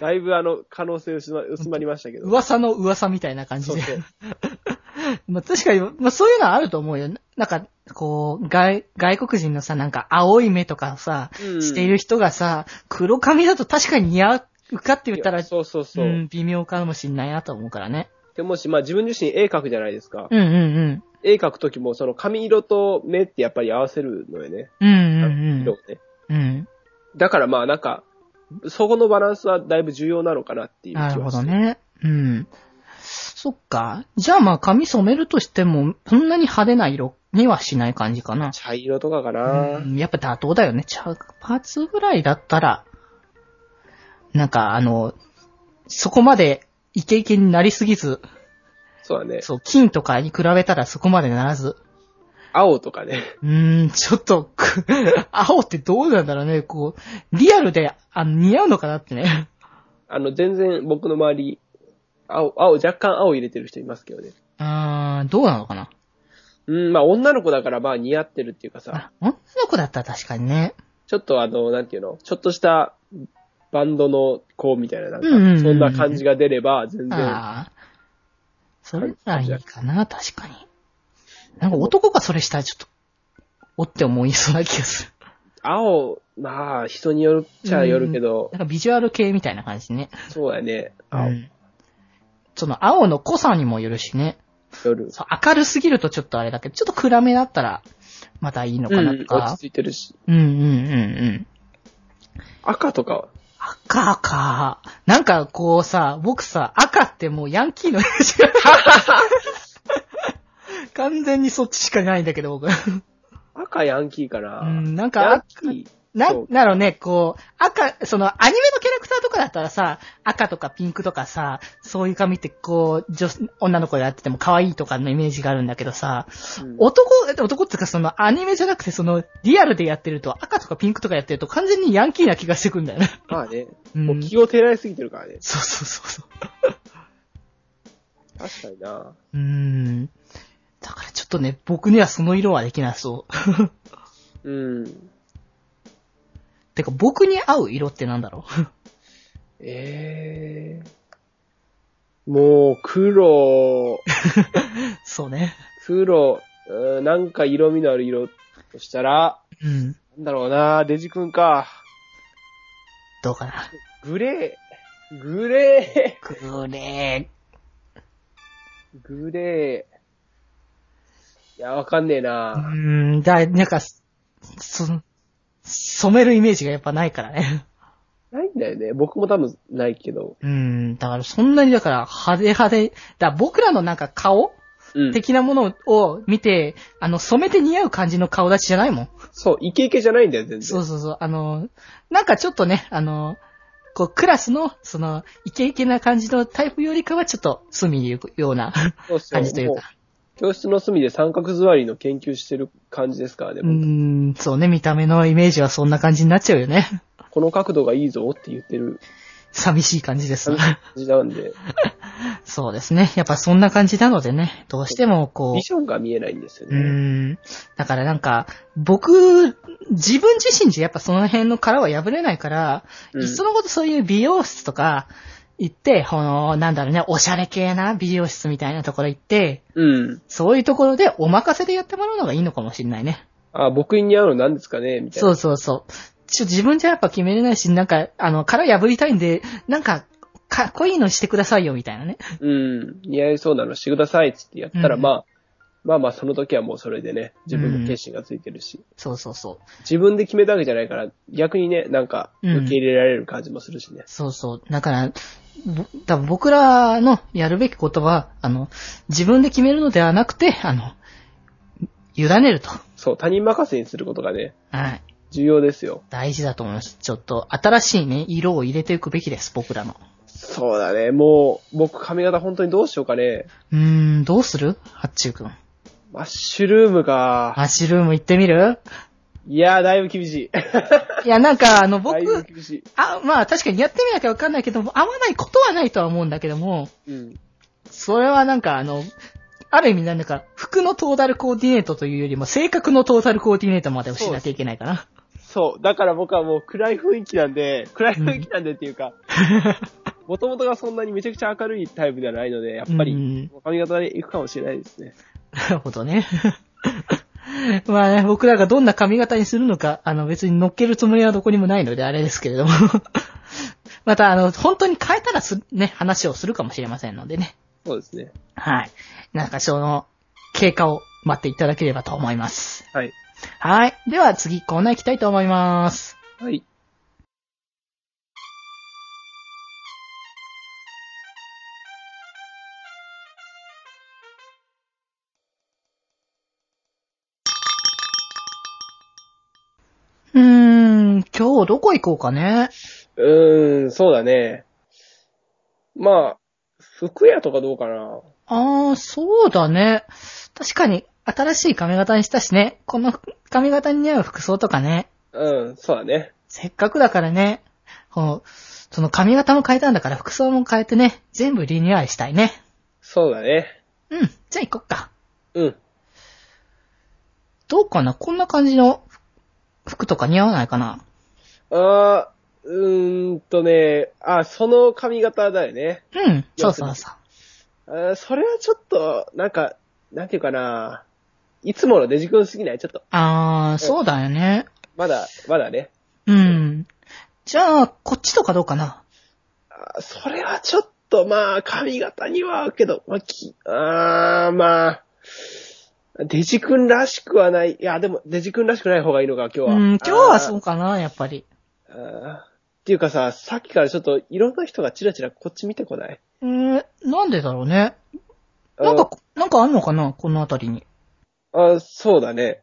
Speaker 3: だいぶあの、可能性薄ま薄まりましたけど。
Speaker 1: 噂の噂みたいな感じ
Speaker 3: そう
Speaker 1: で。
Speaker 3: そう。
Speaker 1: *laughs* まあ確かに、まあそういうのはあると思うよ。なんか、こう、外、外国人のさ、なんか青い目とかさ、
Speaker 3: うん
Speaker 1: している人がさ、黒髪だと確かに似合うかって言った
Speaker 3: い
Speaker 1: ら
Speaker 3: や、そうそうそう。
Speaker 1: うん、微妙かもしんないなと思うからね。
Speaker 3: でもし、まあ自分自身絵描くじゃないですか。
Speaker 1: うんうん
Speaker 3: 絵描くときもその髪色と目ってやっぱり合わせるのよね。
Speaker 1: うん。うんうん
Speaker 3: 色
Speaker 1: う
Speaker 3: をね。
Speaker 1: ん。うん。
Speaker 3: だからまあなんか、そこのバランスはだいぶ重要なのかなっていう気は
Speaker 1: な
Speaker 3: して
Speaker 1: るほど。ね。うん。そっか。じゃあまあ髪染めるとしても、そんなに派手な色にはしない感じかな。
Speaker 3: 茶色とかかな。
Speaker 1: うんやっぱ妥当だよね。茶髪ぐらいだったら、なんかあの、そこまでイケイケになりすぎず、
Speaker 3: そうだね。
Speaker 1: そう、金とかに比べたらそこまでならず、
Speaker 3: 青とかね。 *laughs*
Speaker 1: うーん、ちょっと、 *laughs* く青ってどうなんだろうね、こう、リアルで、あの、似合うのかなってね。
Speaker 3: あの、全然僕の周り、青、青、若干青入れてる人いますけどね。
Speaker 1: うーん、どうなのかな。
Speaker 3: うん、まあ女の子だからまあ似合ってるっていうかさ、
Speaker 1: あ、女の子だったら確かにね。
Speaker 3: ちょっとあの、なんていうの、ちょっとしたバンドの子みたいな、なんか
Speaker 1: うんうんうんう、ん
Speaker 3: そんな感じが出れば全然、
Speaker 1: ああ。それならいいかな、確かに。なんか男がそれしたらちょっと、おって思いそうな気がする。
Speaker 3: 青、まあ人によるっちゃよるけ
Speaker 1: *laughs*
Speaker 3: ど
Speaker 1: な、んかビジュアル系みたいな感じね。
Speaker 3: そうだね、
Speaker 1: う
Speaker 3: 青、
Speaker 1: ん。その青の濃さにもよるしね。
Speaker 3: 夜。
Speaker 1: そう、明るすぎるとちょっとあれだけど、ちょっと暗めだったら、またいいの
Speaker 3: う
Speaker 1: かなんと、
Speaker 3: 落
Speaker 1: か。
Speaker 3: ち着いてるし、
Speaker 1: うん、うん、うん、うん。
Speaker 3: 赤とかは、
Speaker 1: 赤か。なんかこうさ、僕さ、赤ってもうヤンキーのイメージ *laughs* が完全にそっちしかないんだけど、僕。
Speaker 3: 赤ヤンキーかな。
Speaker 1: うんなん
Speaker 3: ヤン
Speaker 1: か、
Speaker 3: キー。
Speaker 1: な
Speaker 3: そう、
Speaker 1: なのね、こう、赤、その、アニメのキャラクターとかだったらさ、赤とかピンクとかさ、そういう髪ってこう、女、女の子でやってても可愛いとかのイメージがあるんだけどさ、
Speaker 3: うん
Speaker 1: 男、男っていうかその、アニメじゃなくてその、リアルでやってると、赤とかピンクとかやってると完全にヤンキーな気がしてくんだよ
Speaker 3: *laughs*
Speaker 1: ね。
Speaker 3: まあね、
Speaker 1: うん
Speaker 3: もう気を照らしすぎてるからね。
Speaker 1: そうそうそうそう。
Speaker 3: 確かにな。
Speaker 1: うーん。だからちょっとね、僕にはその色はできなそう。
Speaker 3: うん。
Speaker 1: てか、僕に合う *laughs* 色ってなんだろう *laughs*
Speaker 3: ええもう、黒、
Speaker 1: そうね。
Speaker 3: 黒、うんなんか色味のある色としたら、
Speaker 1: うん。
Speaker 3: なんだろうな、デジ君か。
Speaker 1: どうかな。
Speaker 3: グレー、グレ
Speaker 1: グレ
Speaker 3: ー、グレー。いや、わかんねえ
Speaker 1: ー。う
Speaker 3: な。
Speaker 1: ーん、だ、なんか、その、染めるイメージがやっぱないからね。
Speaker 3: ないんだよね。僕も多分ないけど。
Speaker 1: うーん、だからそんなにだから派手派手、だ僕らのなんか顔
Speaker 3: うん。
Speaker 1: 的なものを見て、あの、染めて似合う感じの顔立ちじゃないもん。
Speaker 3: そう、イケイケじゃないんだよ、全然。
Speaker 1: そうそうそう。あの、なんかちょっとね、あの、こう、クラスの、その、イケイケな感じのタイプよりかは、ちょっと、隅にいるような
Speaker 3: そうそう
Speaker 1: 感じという
Speaker 3: も
Speaker 1: か。
Speaker 3: 教室の隅で三角座りの研究してる感じですからね。
Speaker 1: うーん、そうね、見た目のイメージはそんな感じになっちゃうよね。
Speaker 3: この角度がいいぞって言ってる
Speaker 1: 寂しい感じです *laughs*
Speaker 3: 感。じなんで、
Speaker 1: そうですね。やっぱそんな感じなのでね、どうしても、こう
Speaker 3: ビ、ジョンが見えないんですよ
Speaker 1: う
Speaker 3: ね。
Speaker 1: ーん。だからなんか、僕、自分自身じゃやっぱその辺の殻は破れないから、
Speaker 3: うん
Speaker 1: いっそのことそういう美容室とか行って、この、なんだろうね、おしゃれ系な美容室みたいなところ行って、
Speaker 3: うん。
Speaker 1: そういうところでお任せでやってもらうのがいいのかもしれないね。
Speaker 3: あ、僕に合うの何ですかねみたい
Speaker 1: そ
Speaker 3: な。
Speaker 1: うそうそう。ちょ、自分じゃやっぱ決めれないし、なんか、あの、殻破りたいんで、なんか、かっこいいのしてくださいよ、みたいなね。
Speaker 3: うん。似合いそうなのしてくださいっつってやったら、
Speaker 1: うん
Speaker 3: まあ、まあまあその時はもうそれでね、自分の決心がついてるし、
Speaker 1: そうそうそう。
Speaker 3: 自分で決めたわけじゃないから、逆にね、なんか
Speaker 1: うん
Speaker 3: 受け入れられる感じもするしね。
Speaker 1: そうそう。だから、ぼ多分僕らのやるべきことは、あの、自分で決めるのではなくて、あの、委ねると。
Speaker 3: そう、他人任せにすることがね、
Speaker 1: はい。
Speaker 3: 重要ですよ。
Speaker 1: 大事だと思います。ちょっと、新しいね、色を入れていくべきです、僕らの。
Speaker 3: そうだね、もう、僕髪型本当にどうしようかね。
Speaker 1: うーん、どうするハッチューくん。
Speaker 3: マッシュルームか。
Speaker 1: マッシュルーム行ってみる
Speaker 3: いやー、だいぶ厳しい。
Speaker 1: いや、なんか、あの、
Speaker 3: だいぶ
Speaker 1: 僕、
Speaker 3: 厳し
Speaker 1: あ、まあ、確かにやってみなきゃわかんないけども、合わないことはないとは思うんだけども、
Speaker 3: い。うん。
Speaker 1: それはなんか、あの、ある意味なんだか、服のトータルコーディネートというよりも、性格のトータルコーディネートまでをしなきゃいけないかな。
Speaker 3: そう。だから僕はもう暗い雰囲気なんで、暗い雰囲気なんでっていうか、もともとがそんなにめちゃくちゃ明るいタイプではないので、やっぱ
Speaker 1: う
Speaker 3: り
Speaker 1: ん、
Speaker 3: 髪型で行くかもしれないですね。
Speaker 1: なるほどね。 *laughs* まあね、僕らがどんな髪型にするのか、あの別に乗っけるつもりはどこにもないのであれですけれども。 *laughs* またあの、本当に変えたらす、ね、話をするかもしれませんのでね。
Speaker 3: そうですね。
Speaker 1: はい。なんかその、経過を待っていただければと思います。
Speaker 3: はい。
Speaker 1: はい。では次コーナー行きたいと思います。
Speaker 3: はい。
Speaker 1: うーん、今日どこ行こうかね。
Speaker 3: うーん、そうだね。まあ、服屋とかどうかな。
Speaker 1: ああ、そうだね。確かに、新しい髪型にしたしね。この髪型に似合う服装とかね。
Speaker 3: うん、そうだね。
Speaker 1: せっかくだからね。この、その髪型も変えたんだから服装も変えてね。全部リニューアルしたいね。
Speaker 3: そうだね。
Speaker 1: うん。じゃあ行こっか。
Speaker 3: うん。
Speaker 1: どうかなこんな感じの服とか似合わないかな
Speaker 3: あーうーんとね、あ、その髪型だよね。
Speaker 1: うん。そうそうそう。
Speaker 3: あーそれはちょっと、なんか、なんていうかな。いつものデジ君すぎないちょっと。
Speaker 1: ああ、そうだよね。
Speaker 3: まだ、まだね。
Speaker 1: うん。じゃあ、こっちとかどうかな
Speaker 3: あーそれはちょっと、まあ、髪型には合うけど、まあ、き、あーまあ、デジ君らしくはない。いや、でも、デジ君らしくない方がいいのか、今日
Speaker 1: う
Speaker 3: は。
Speaker 1: ん、今日は
Speaker 3: う
Speaker 1: そうかな、やっぱり。
Speaker 3: あーっていうかさ、さっきからちょっといろんな人がチラチラこっち見てこない
Speaker 1: うん、なんでだろうね。なんか、なんかあんのかなこの辺りに。
Speaker 3: あー、あーそうだね。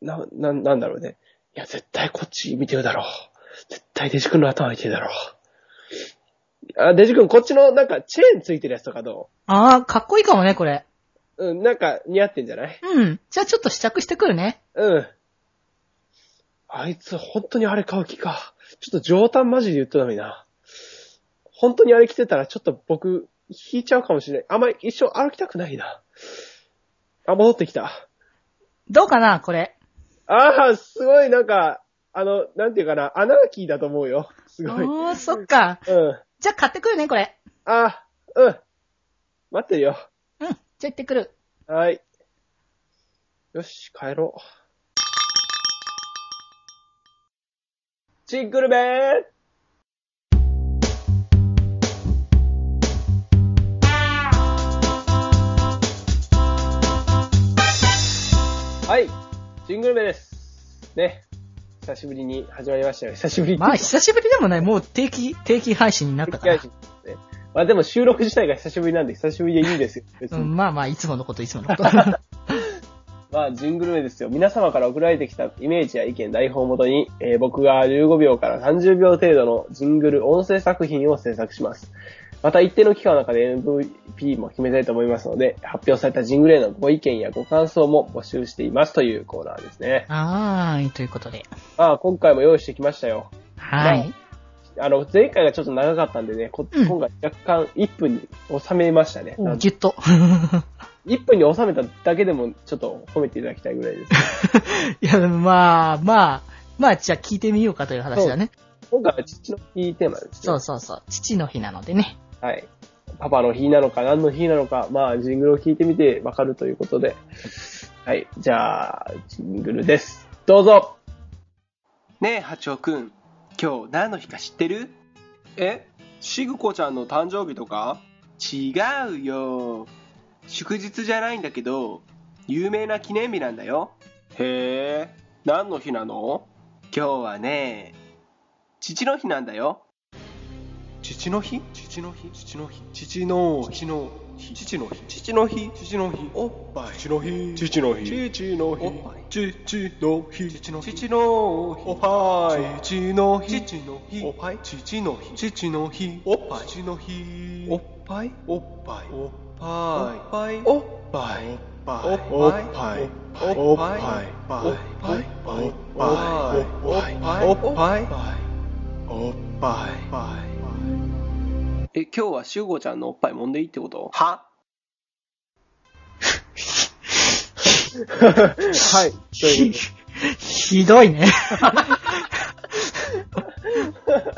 Speaker 3: な、な、なんだろうね。いや、絶対こっち見てるだろう。絶対デジ君の頭見てるだろう。あ、デジ君こっちのなんかチェーンついてるやつとかど
Speaker 1: ああ、かっこいいかもね、これ。
Speaker 3: ううん、なんか似合ってんじゃない
Speaker 1: うん。じゃあちょっと試着してくるね。
Speaker 3: うん。あいつ本当にあれ買う気か。ちょっと冗談マジで言ったのにな。本当にあれ着てたらちょっと僕、引いちゃうかもしれない。あんまり一生歩きたくないな。あ、戻ってきた。
Speaker 1: どうかな、これ。
Speaker 3: ああ、すごいなんか、あの、なんていうかな、アナーキーだと思うよ。すごい。うん。
Speaker 1: おー、そっか。
Speaker 3: あ
Speaker 1: じゃあ買ってくるね、これ。
Speaker 3: あ、うん。待ってるよ。
Speaker 1: うん。じゃあ行ってくる。
Speaker 3: はい。よし、帰ろう。チンクルベーはい、ジングルベです。ね。久しぶりに始まりましたよ。久しぶりに。
Speaker 1: まあ、 *laughs* 久しぶりでもない。もう定期、定期配信になったから。
Speaker 3: ねまあでも収録自体が久しぶりなんで、久しぶりでいいですよ。別
Speaker 1: う *laughs*
Speaker 3: に。
Speaker 1: ん、まあまあ、いつものこと、いつものこと。 *laughs*
Speaker 3: まあ、ジングル名ですよ。皆様から送られてきたイメージや意見、台本をもとに、えー僕が15秒から30秒程度のジングル音声作品を制作します。また一定の期間の中で MVP も決めたいと思いますので、発表されたジングルへのご意見やご感想も募集していますというコーナーですね。
Speaker 1: はーい、ということで。
Speaker 3: まあ、今回も用意してきましたよ。
Speaker 1: はい。
Speaker 3: あの、前回がちょっと長かったんでね、こ
Speaker 1: うん
Speaker 3: 今回若干1分に収めましたね。
Speaker 1: おぎゅっと。 *laughs*
Speaker 3: 1分に収めただけでもちょっと褒めていただきたいぐらいです。
Speaker 1: *laughs* いや、まあまあ、まあ、じゃあ聞いてみようかという話だね。
Speaker 3: 今回は父の日テーマですね。
Speaker 1: そうそうそう。父の日なのでね。
Speaker 3: はい。パパの日なのか何の日なのか、まあ、ジングルを聞いてみてわかるということで。はい。じゃあ、ジングルです。どうぞねえ、八尾くん。今日何の日か知ってるえしぐこちゃんの誕生日とか違うよ。祝日じゃないんだけど、有名な記念日なんだよ。へえ、何の日なの今日はね、父の日なんだよ。父の日父の日父の日父の日父の日父の日父の日父の日おっぱい父の日父の日父の日おっぱい父の日父の日父のおっぱい父の日父の日おっぱい父の日父の日おっぱい父の日おっぱいおっぱいおっぱいおっぱいおっぱいおっぱいおっぱいおっぱいおっぱいおっぱいおっぱいおっぱい。え、今日はシュウゴちゃんのおっぱい揉んでいいってこと *laughs* ははい、というこ
Speaker 1: ひどいね。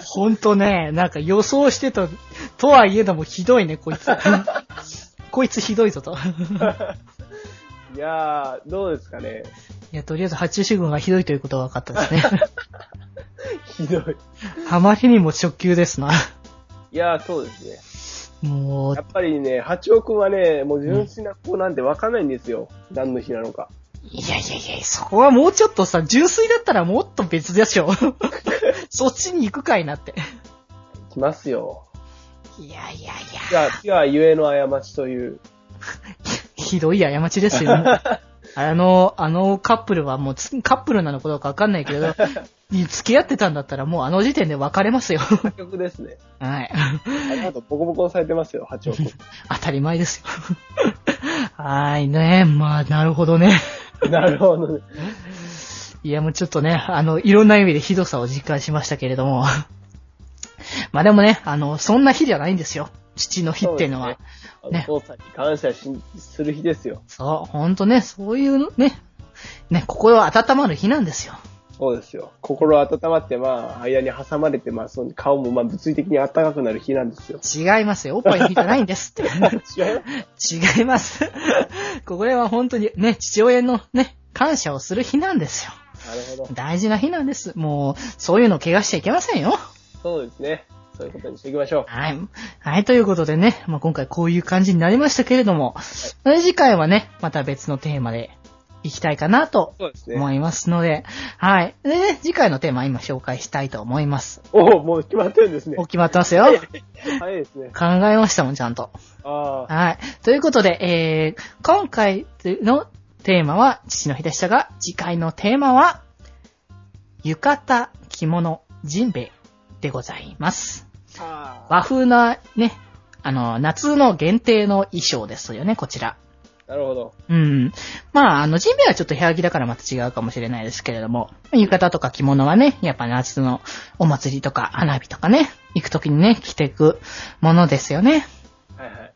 Speaker 1: ほんとね、なんか予想してた、とはいえどもひどいね、こいつ。こいつひどいぞと。
Speaker 3: *laughs* とでいやー、どうですかね。
Speaker 1: いや、とりあえず発注主軍がひどいということが分かったですね。
Speaker 3: ひどい。
Speaker 1: あまりにも直球ですな。
Speaker 3: いやー、そうですね。
Speaker 1: も
Speaker 3: や
Speaker 1: う、
Speaker 3: っぱりね、八尾くんはね、もう純粋な子なんてわかんないんですよ。何の日なのか。
Speaker 1: いやいやいや、そこはもうちょっとさ、純粋だったらもっと別でしょ。そっちに行くかいなって。
Speaker 3: 来ますよ。
Speaker 1: いやいやい
Speaker 3: じゃあ、ピュアゆえの過ちという。 *laughs*
Speaker 1: や、ひどい過ちですよ。あの、あのカップルはもうつ、カップルなのかどうかわかんないけれど、に付き合ってたんだったらもうあの時点で別れ
Speaker 3: *laughs*
Speaker 1: ますよ。
Speaker 3: 結局ですね。
Speaker 1: はい。
Speaker 3: あの後、ボコボコにされてますよ、八王 *laughs* 子。
Speaker 1: 当たり前ですよ。はいね。まあ、なるほどね。
Speaker 3: なるほ *laughs* どね。
Speaker 1: いや、もうちょっとね、あの、いろんな意味でひどさを実感しましたけれども。まあでもね、あの、そんな日じゃないんですよ。父の日っていうのは。
Speaker 3: そうですね
Speaker 1: ね
Speaker 3: あのお父さんに感謝しする日ですよ。
Speaker 1: そう,、ほんとね、そういうのね、ね、心温まる日なんですよ。。
Speaker 3: そうですよ。心温まって、まあ、間に挟まれて、まあ、その顔も、まあ、物理的に暖かくなる日なんです *laughs* よ
Speaker 1: 違いますよ。おっぱいの日じゃないんですって。
Speaker 3: 違う
Speaker 1: 違います。 *laughs* これは本当にね、父親のね、感謝をする日なんですよ。
Speaker 3: なるほど。
Speaker 1: 大事な日なんです。もう、そういうの怪我しちゃいけませんよ。
Speaker 3: そうですね。そういうことにしていきましょう。
Speaker 1: はい。はい、ということでね、まあ、今回こういう感じになりましたけれども、次回はね、また別のテーマでいきたいかなと
Speaker 3: そうですね。
Speaker 1: 思いますので、はい。でね、次回のテーマ今紹介したいと思います。
Speaker 3: おお、もう決まってるんですね
Speaker 1: お。決まってますよ。
Speaker 3: 早いですね。
Speaker 1: 考えましたもん、ちゃんと。
Speaker 3: ああ、
Speaker 1: はい。ということで、えー、今回のテーマは父の日でしたが、次回のテーマは、浴衣、着物、ジンベエでございます。
Speaker 3: ああ
Speaker 1: 和風な、ね、あの、夏の限定の衣装ですよね、こちら。
Speaker 3: なるほど。
Speaker 1: うん。まあ、あの、ジンベエはちょっと部屋着だからまた違うかもしれないですけれども、浴衣とか着物はね、やっぱ夏のお祭りとか花火とかね、行く時にね、着ていくものですよね。
Speaker 3: はいはい。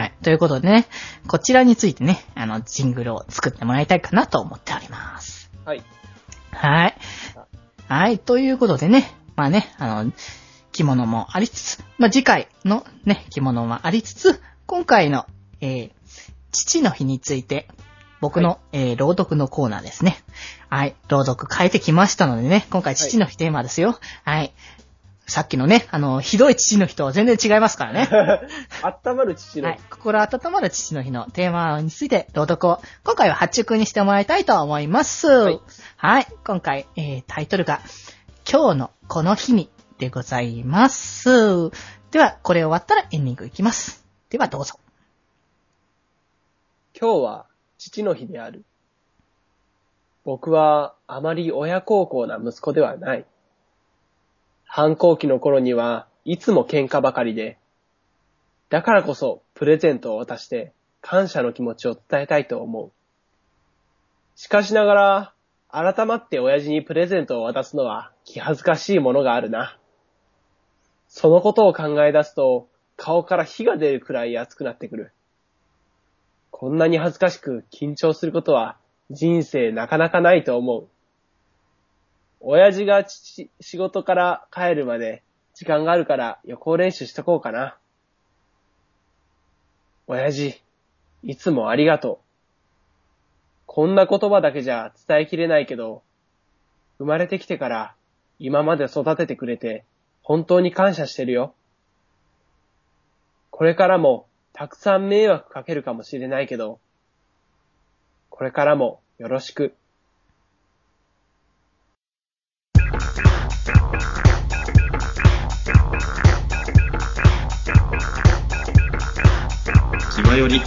Speaker 1: はい。ということでね、こちらについてね、あの、ジングルを作ってもらいたいかなと思っております。
Speaker 3: はい。
Speaker 1: はい。はい。ということでね、まあね、あの、着物もありつつ、まあ次回のね、着物もありつつ、今回の、えー、父の日について、僕の、えー、朗読のコーナーですね。はい。朗読変えてきましたのでね、今回父の日テーマですよ。はい。さっきのね、あの、ひどい父の日とは全然違いますからね。
Speaker 3: *laughs* 温まる父の
Speaker 1: は
Speaker 3: 日
Speaker 1: い。。心温まる父の日のテーマについて朗読を、今回は発注にしてもらいたいと思います。はいい。今回、えータイトルが、今日のこの日にでございます。では、これ終わったらエンディングいきます。では、どうぞ。
Speaker 3: 今日は父の日である。僕はあまり親孝行な息子ではない。反抗期の頃にはいつも喧嘩ばかりで、だからこそプレゼントを渡して感謝の気持ちを伝えたいと思う。しかしながら、改まって親父にプレゼントを渡すのは気恥ずかしいものがあるな。そのことを考え出すと顔から火が出るくらい熱くなってくる。こんなに恥ずかしく緊張することは人生なかなかないと思う。親父が父仕事から帰るまで時間があるから予行練習しとこうかな。親父、いつもありがとう。こんな言葉だけじゃ伝えきれないけど、生まれてきてから今まで育ててくれて本当に感謝してるよ。これからもたくさん迷惑かけるかもしれないけど、これからもよろしく。
Speaker 2: 気まより。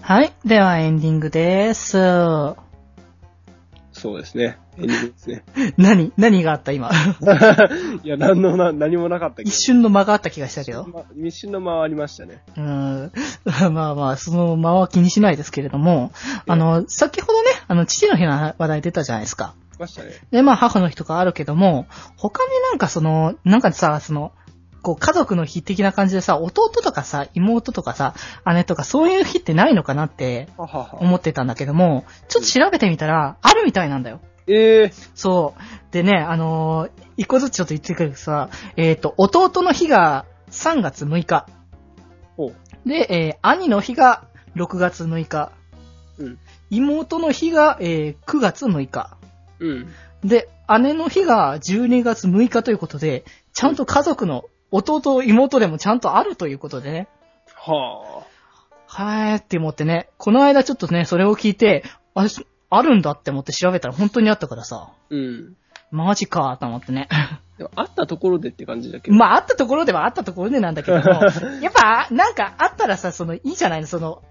Speaker 1: はい。では、エンディングです。
Speaker 3: そうですね。エンディングですね。 *laughs*
Speaker 1: 何何があった *laughs* 今。
Speaker 3: いや、なんのな、何もなかったけど。
Speaker 1: 一瞬の間があった気がしたけど。
Speaker 3: ま一瞬の間はありましたね。
Speaker 1: うん。 *laughs* まあまあ、その間は気にしないですけれども、あの、先ほどね、あの、父の日の話題出たじゃないですか。
Speaker 3: 来ましたね。
Speaker 1: で、まあ、母の日とかあるけども、他になんかその、なんかさ、その、こう、家族の日的な感じでさ、弟とかさ、妹とかさ、姉とかそういう日ってないのかなって
Speaker 3: ははは。
Speaker 1: 思ってたんだけども、ちょっと調べてみたら、あるみたいなんだよ。
Speaker 3: ええ
Speaker 1: そう。でね、あのー一個ずつちょっと言ってくるけどさ、えっ、と、弟の日が3月6日。
Speaker 3: ほう
Speaker 1: で、えー兄の日が6月6日。
Speaker 3: うん
Speaker 1: 妹の日が、えー9月6日。
Speaker 3: うん。
Speaker 1: で、姉の日が12月6日ということで、ちゃんと家族の弟、妹でもちゃんとあるということでね。
Speaker 3: は
Speaker 1: はーって思ってね、この間ちょっとね、それを聞いて、あ、あるんだって思って調べたら本当にあったからさ、
Speaker 3: あ。うん。
Speaker 1: マジかーと思ってね。
Speaker 3: でも、会ったところでって感じだけど。
Speaker 1: まあ、あったところではあったところでなんだけども、やっぱ、なんかあったらさ、その、いいじゃないの、その、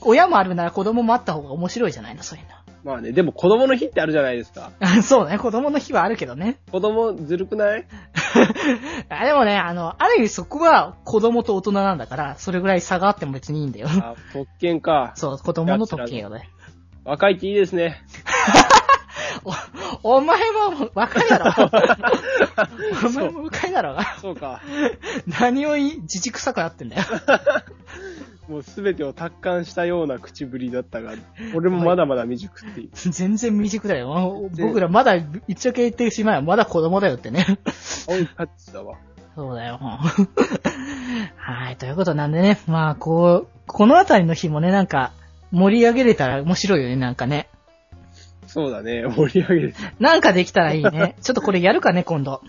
Speaker 1: 親もあるなら子供もあった方が面白いじゃないの、そういう
Speaker 3: まあね、でも子供の日ってあるじゃないですか。
Speaker 1: の。 *laughs* そうね、子供の日はあるけどね。
Speaker 3: 子供ずるくない
Speaker 1: あでもね、あの、ある意味そこは子供と大人なんだから、それぐらい差があっても別にいいんだよ。
Speaker 3: あ、特権か。
Speaker 1: そう、子供の特権よね。
Speaker 3: 若いっていいです *laughs* ね。
Speaker 1: お前はもう若いだろ。お前も若いだろ。
Speaker 3: *laughs* そうか。
Speaker 1: 何をいい、自く臭くなってんだよ。
Speaker 3: もうすべてを達観したような口ぶりだったが、俺もまだまだ未熟っていう。
Speaker 1: 全然未熟だよ。もう
Speaker 3: 全然
Speaker 1: 僕らまだ、一応言ってしまえばまだ子供だよってね。
Speaker 3: 青いタッチだわ。
Speaker 1: そうだよ。はい、ということなんでね、まあ、こう、このあたりの日もね、なんか、盛り上げれたら面白いよね、なんかね。
Speaker 3: そうだね、盛り
Speaker 1: *laughs*
Speaker 3: 上げる。
Speaker 1: なんかできたらいい
Speaker 3: *laughs*
Speaker 1: ね。ちょっとこれやるかね、今度。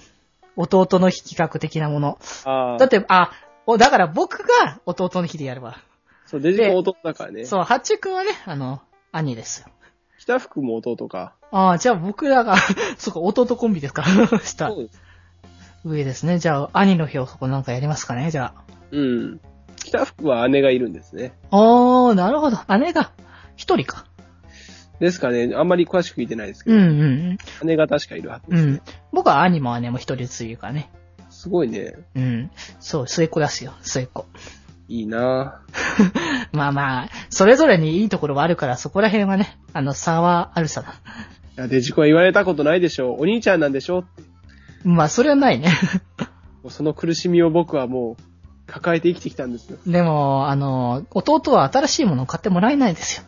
Speaker 1: 弟の日企画的なもの。
Speaker 3: あ
Speaker 1: だ
Speaker 3: あ
Speaker 1: っ。て、あ、おだから僕が弟の日でやれば。
Speaker 3: そう、デジ君弟だからね。
Speaker 1: そう、八中くんはね、あの、兄ですよ。
Speaker 3: 北福も弟か。
Speaker 1: ああ、じゃあ僕らが、 *laughs* そうか、弟コンビですか *laughs* 下
Speaker 3: そ。うです。
Speaker 1: 上ですね。じゃあ、兄の日をそこなんかやりますかね、じゃあ。
Speaker 3: うん。北福は姉がいるんですね。
Speaker 1: ああ、なるほど。姉が、一人か。
Speaker 3: ですかね、あんまり詳しく聞いてないですけ
Speaker 1: う
Speaker 3: ど、
Speaker 1: んうん
Speaker 3: 姉が確かいるはず
Speaker 1: うん。うん。僕は兄も姉も一人ずついるからね。
Speaker 3: すごいね。
Speaker 1: うん。そう、末っ子ですよ、末っ子。
Speaker 3: いいな
Speaker 1: まあまあ、それぞれにいいところはあるから、そこら辺はね、あの、差はあるさだ。
Speaker 3: ぁいや、デジコは言われたことないでしょう。お兄ちゃんなんでしょうって。
Speaker 1: まあ、それはないね。 *laughs*
Speaker 3: もうその苦しみを僕はもう、抱えて生きてきたんですよ。
Speaker 1: でも、あの、弟は新しいものを買ってもらえないんですよ。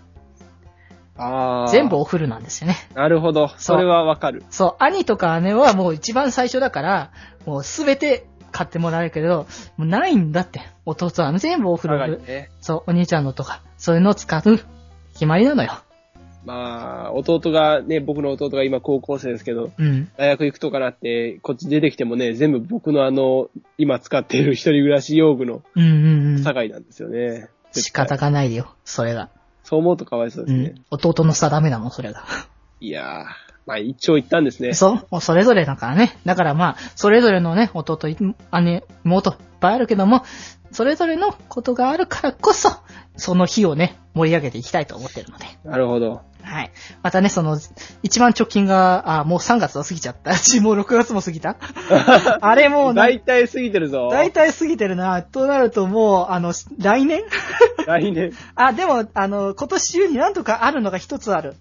Speaker 3: ああ。
Speaker 1: 全部おフルなんですよね。
Speaker 3: なるほど。
Speaker 1: そう
Speaker 3: それはわかる。
Speaker 1: そう、兄とか姉はもう一番最初だから、もうすべて買ってもらえるけど、もうないんだって。弟は全部お風
Speaker 3: 互い
Speaker 1: 呂
Speaker 3: に、ね。
Speaker 1: そう、お兄ちゃんのとか、そういうのを使う決まりなのよ。
Speaker 3: まあ、弟がね、僕の弟が今高校生ですけど、
Speaker 1: うん。
Speaker 3: 大学行くとかなって、こっち出てきてもね、全部僕のあの、今使っている一人暮らし用具の
Speaker 1: うんうんう
Speaker 3: 境
Speaker 1: ん。
Speaker 3: なんですよね。
Speaker 1: 仕方
Speaker 3: 絶対
Speaker 1: がないよ、それが。
Speaker 3: そう思うとかわいそう
Speaker 1: う
Speaker 3: ですね。
Speaker 1: ん。弟の差ダメだもん、それが。
Speaker 3: いやー、まあ一長一短ですね。
Speaker 1: そう、もうそれぞれだからね。だからまあ、それぞれのね、弟、姉、妹、いっぱいあるけども、それぞれのことがあるからこそ、その日をね、盛り上げていきたいと思ってるので。
Speaker 3: なるほど。
Speaker 1: はい。またね、その、一番直近が、あ、もう3月は過ぎちゃった *laughs* し、もう6月も過ぎたあれ
Speaker 3: *laughs*
Speaker 1: もうな、
Speaker 3: 大体過ぎてるぞ。
Speaker 1: 大体過ぎてるな。となるともう、あの、来年
Speaker 3: 来年。
Speaker 1: あ、でも、あの、今年中になんとかあるのが一つある。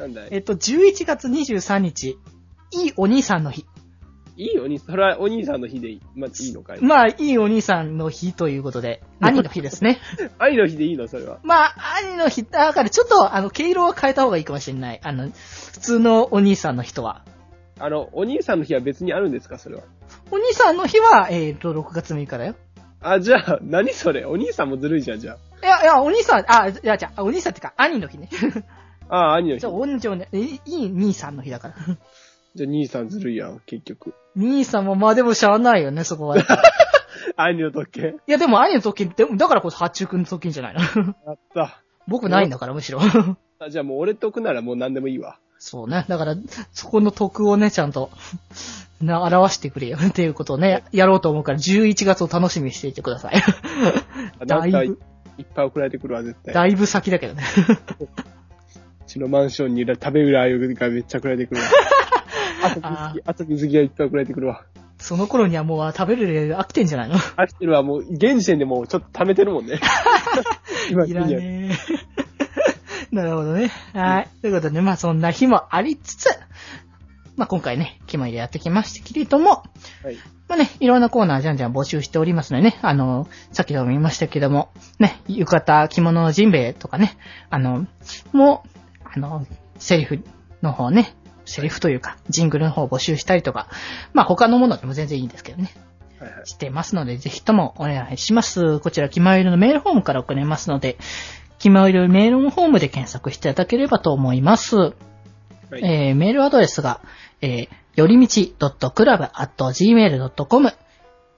Speaker 3: なんだい
Speaker 1: えっと、11月23日、いいお兄さんの日。
Speaker 3: いいお兄さん、それはお兄さんの日でいい,、まあ、いいのかい
Speaker 1: まあ、いいお兄さんの日ということで、兄の日ですね。 *laughs*
Speaker 3: 愛の日でいいのそれは。
Speaker 1: まあ、兄の日、だからちょっと、あの、毛色は変えた方がいいかもしれない。あの、普通のお兄さんの人は。
Speaker 3: あの、お兄さんの日は別にあるんですかそれは。
Speaker 1: お兄さんの日は、えっと、6月6日だよ。
Speaker 3: あ、じゃあ、何それお兄さんもずるいじゃん、じゃ
Speaker 1: いや、いや、お兄さん、あ、いや、じゃあお兄さんってか、兄の日ね。
Speaker 3: あ。ああ、兄の日。
Speaker 1: じゃ
Speaker 3: じ
Speaker 1: あ、
Speaker 3: ゃあ、
Speaker 1: おんちょね、えいい兄さんの日だから。
Speaker 3: 兄さんずるいやん、結
Speaker 1: *laughs*
Speaker 3: 局。
Speaker 1: 兄さんも、まあでもしゃあないよね、そこは。い
Speaker 3: 兄の特権。
Speaker 1: や、でも兄の時って、だからこそ、八中君の時じゃないの。 *laughs*
Speaker 3: あった。
Speaker 1: 僕ないんだから、むしろ。
Speaker 3: あじゃあもう俺得ならもう何でもいいわ。
Speaker 1: そうね。だから、そこの得をね、ちゃんと、 *laughs* な、表してくれよ、 *laughs* っていうことをね、やろうと思うから、11月を楽しみにしていてください。
Speaker 3: あ
Speaker 1: だ
Speaker 3: ないんかい
Speaker 1: ぶ、
Speaker 3: っぱい送られてくるわ、絶対。
Speaker 1: だいぶ先だけどね。 *laughs*
Speaker 3: うちのマンションにいる食べるあゆがめっちゃ送られ
Speaker 1: *laughs*
Speaker 3: てくるわ。あと水着、あと水着がいっぱい送られてくるわ。
Speaker 1: その頃にはもうあ食べるで飽きてんじゃないの
Speaker 3: 飽きてるわ、もう、現時点でもうちょっと溜めてる
Speaker 1: *laughs*
Speaker 3: もんね。今、
Speaker 1: いらねえ。な *laughs* るほどね。はい。ということで、まあそんな日もありつつ、まあ今回ね、決まりでやってきましたけれども、
Speaker 3: はい。
Speaker 1: まあね、いろんなコーナーじゃんじゃん募集しておりますのでね、あの、さっきも見ましたけども、ね、浴衣、着物、ジンベエとかね、あの、もう、あの、セリフの方ね、セリフというか、ジングルの方を募集したりとか、まあ他のものでも全然いいんですけどね。
Speaker 3: はいはい。
Speaker 1: してますので、ぜひともお願いします。こちら、キマイルのメールフォームから送れますので、キマイルメールフォームで検索していただければと思います。
Speaker 3: はい。
Speaker 1: えーメールアドレスが、えー、よりみち .club.gmail.com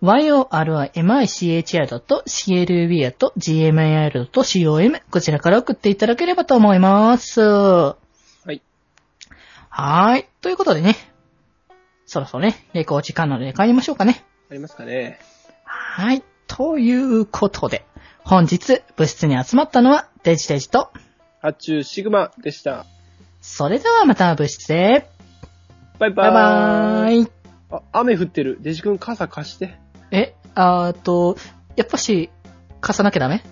Speaker 1: yorimichi.club.gmail.com こちらから送っていただければと思います。はいはーい。ということでね、そろそろね、レコー時間なので帰りましょうかね。
Speaker 3: ありますかね。
Speaker 1: はい。ということで、本日部室に集まったのはデジデジと、
Speaker 3: 発注シグマでした。
Speaker 1: それではまた部室で、
Speaker 3: バイバ
Speaker 1: バ
Speaker 3: ー
Speaker 1: イバーイ。
Speaker 3: あ、雨降ってる。デジ君傘貸して。
Speaker 1: え、あーっと、やっぱし、貸さなきゃダメ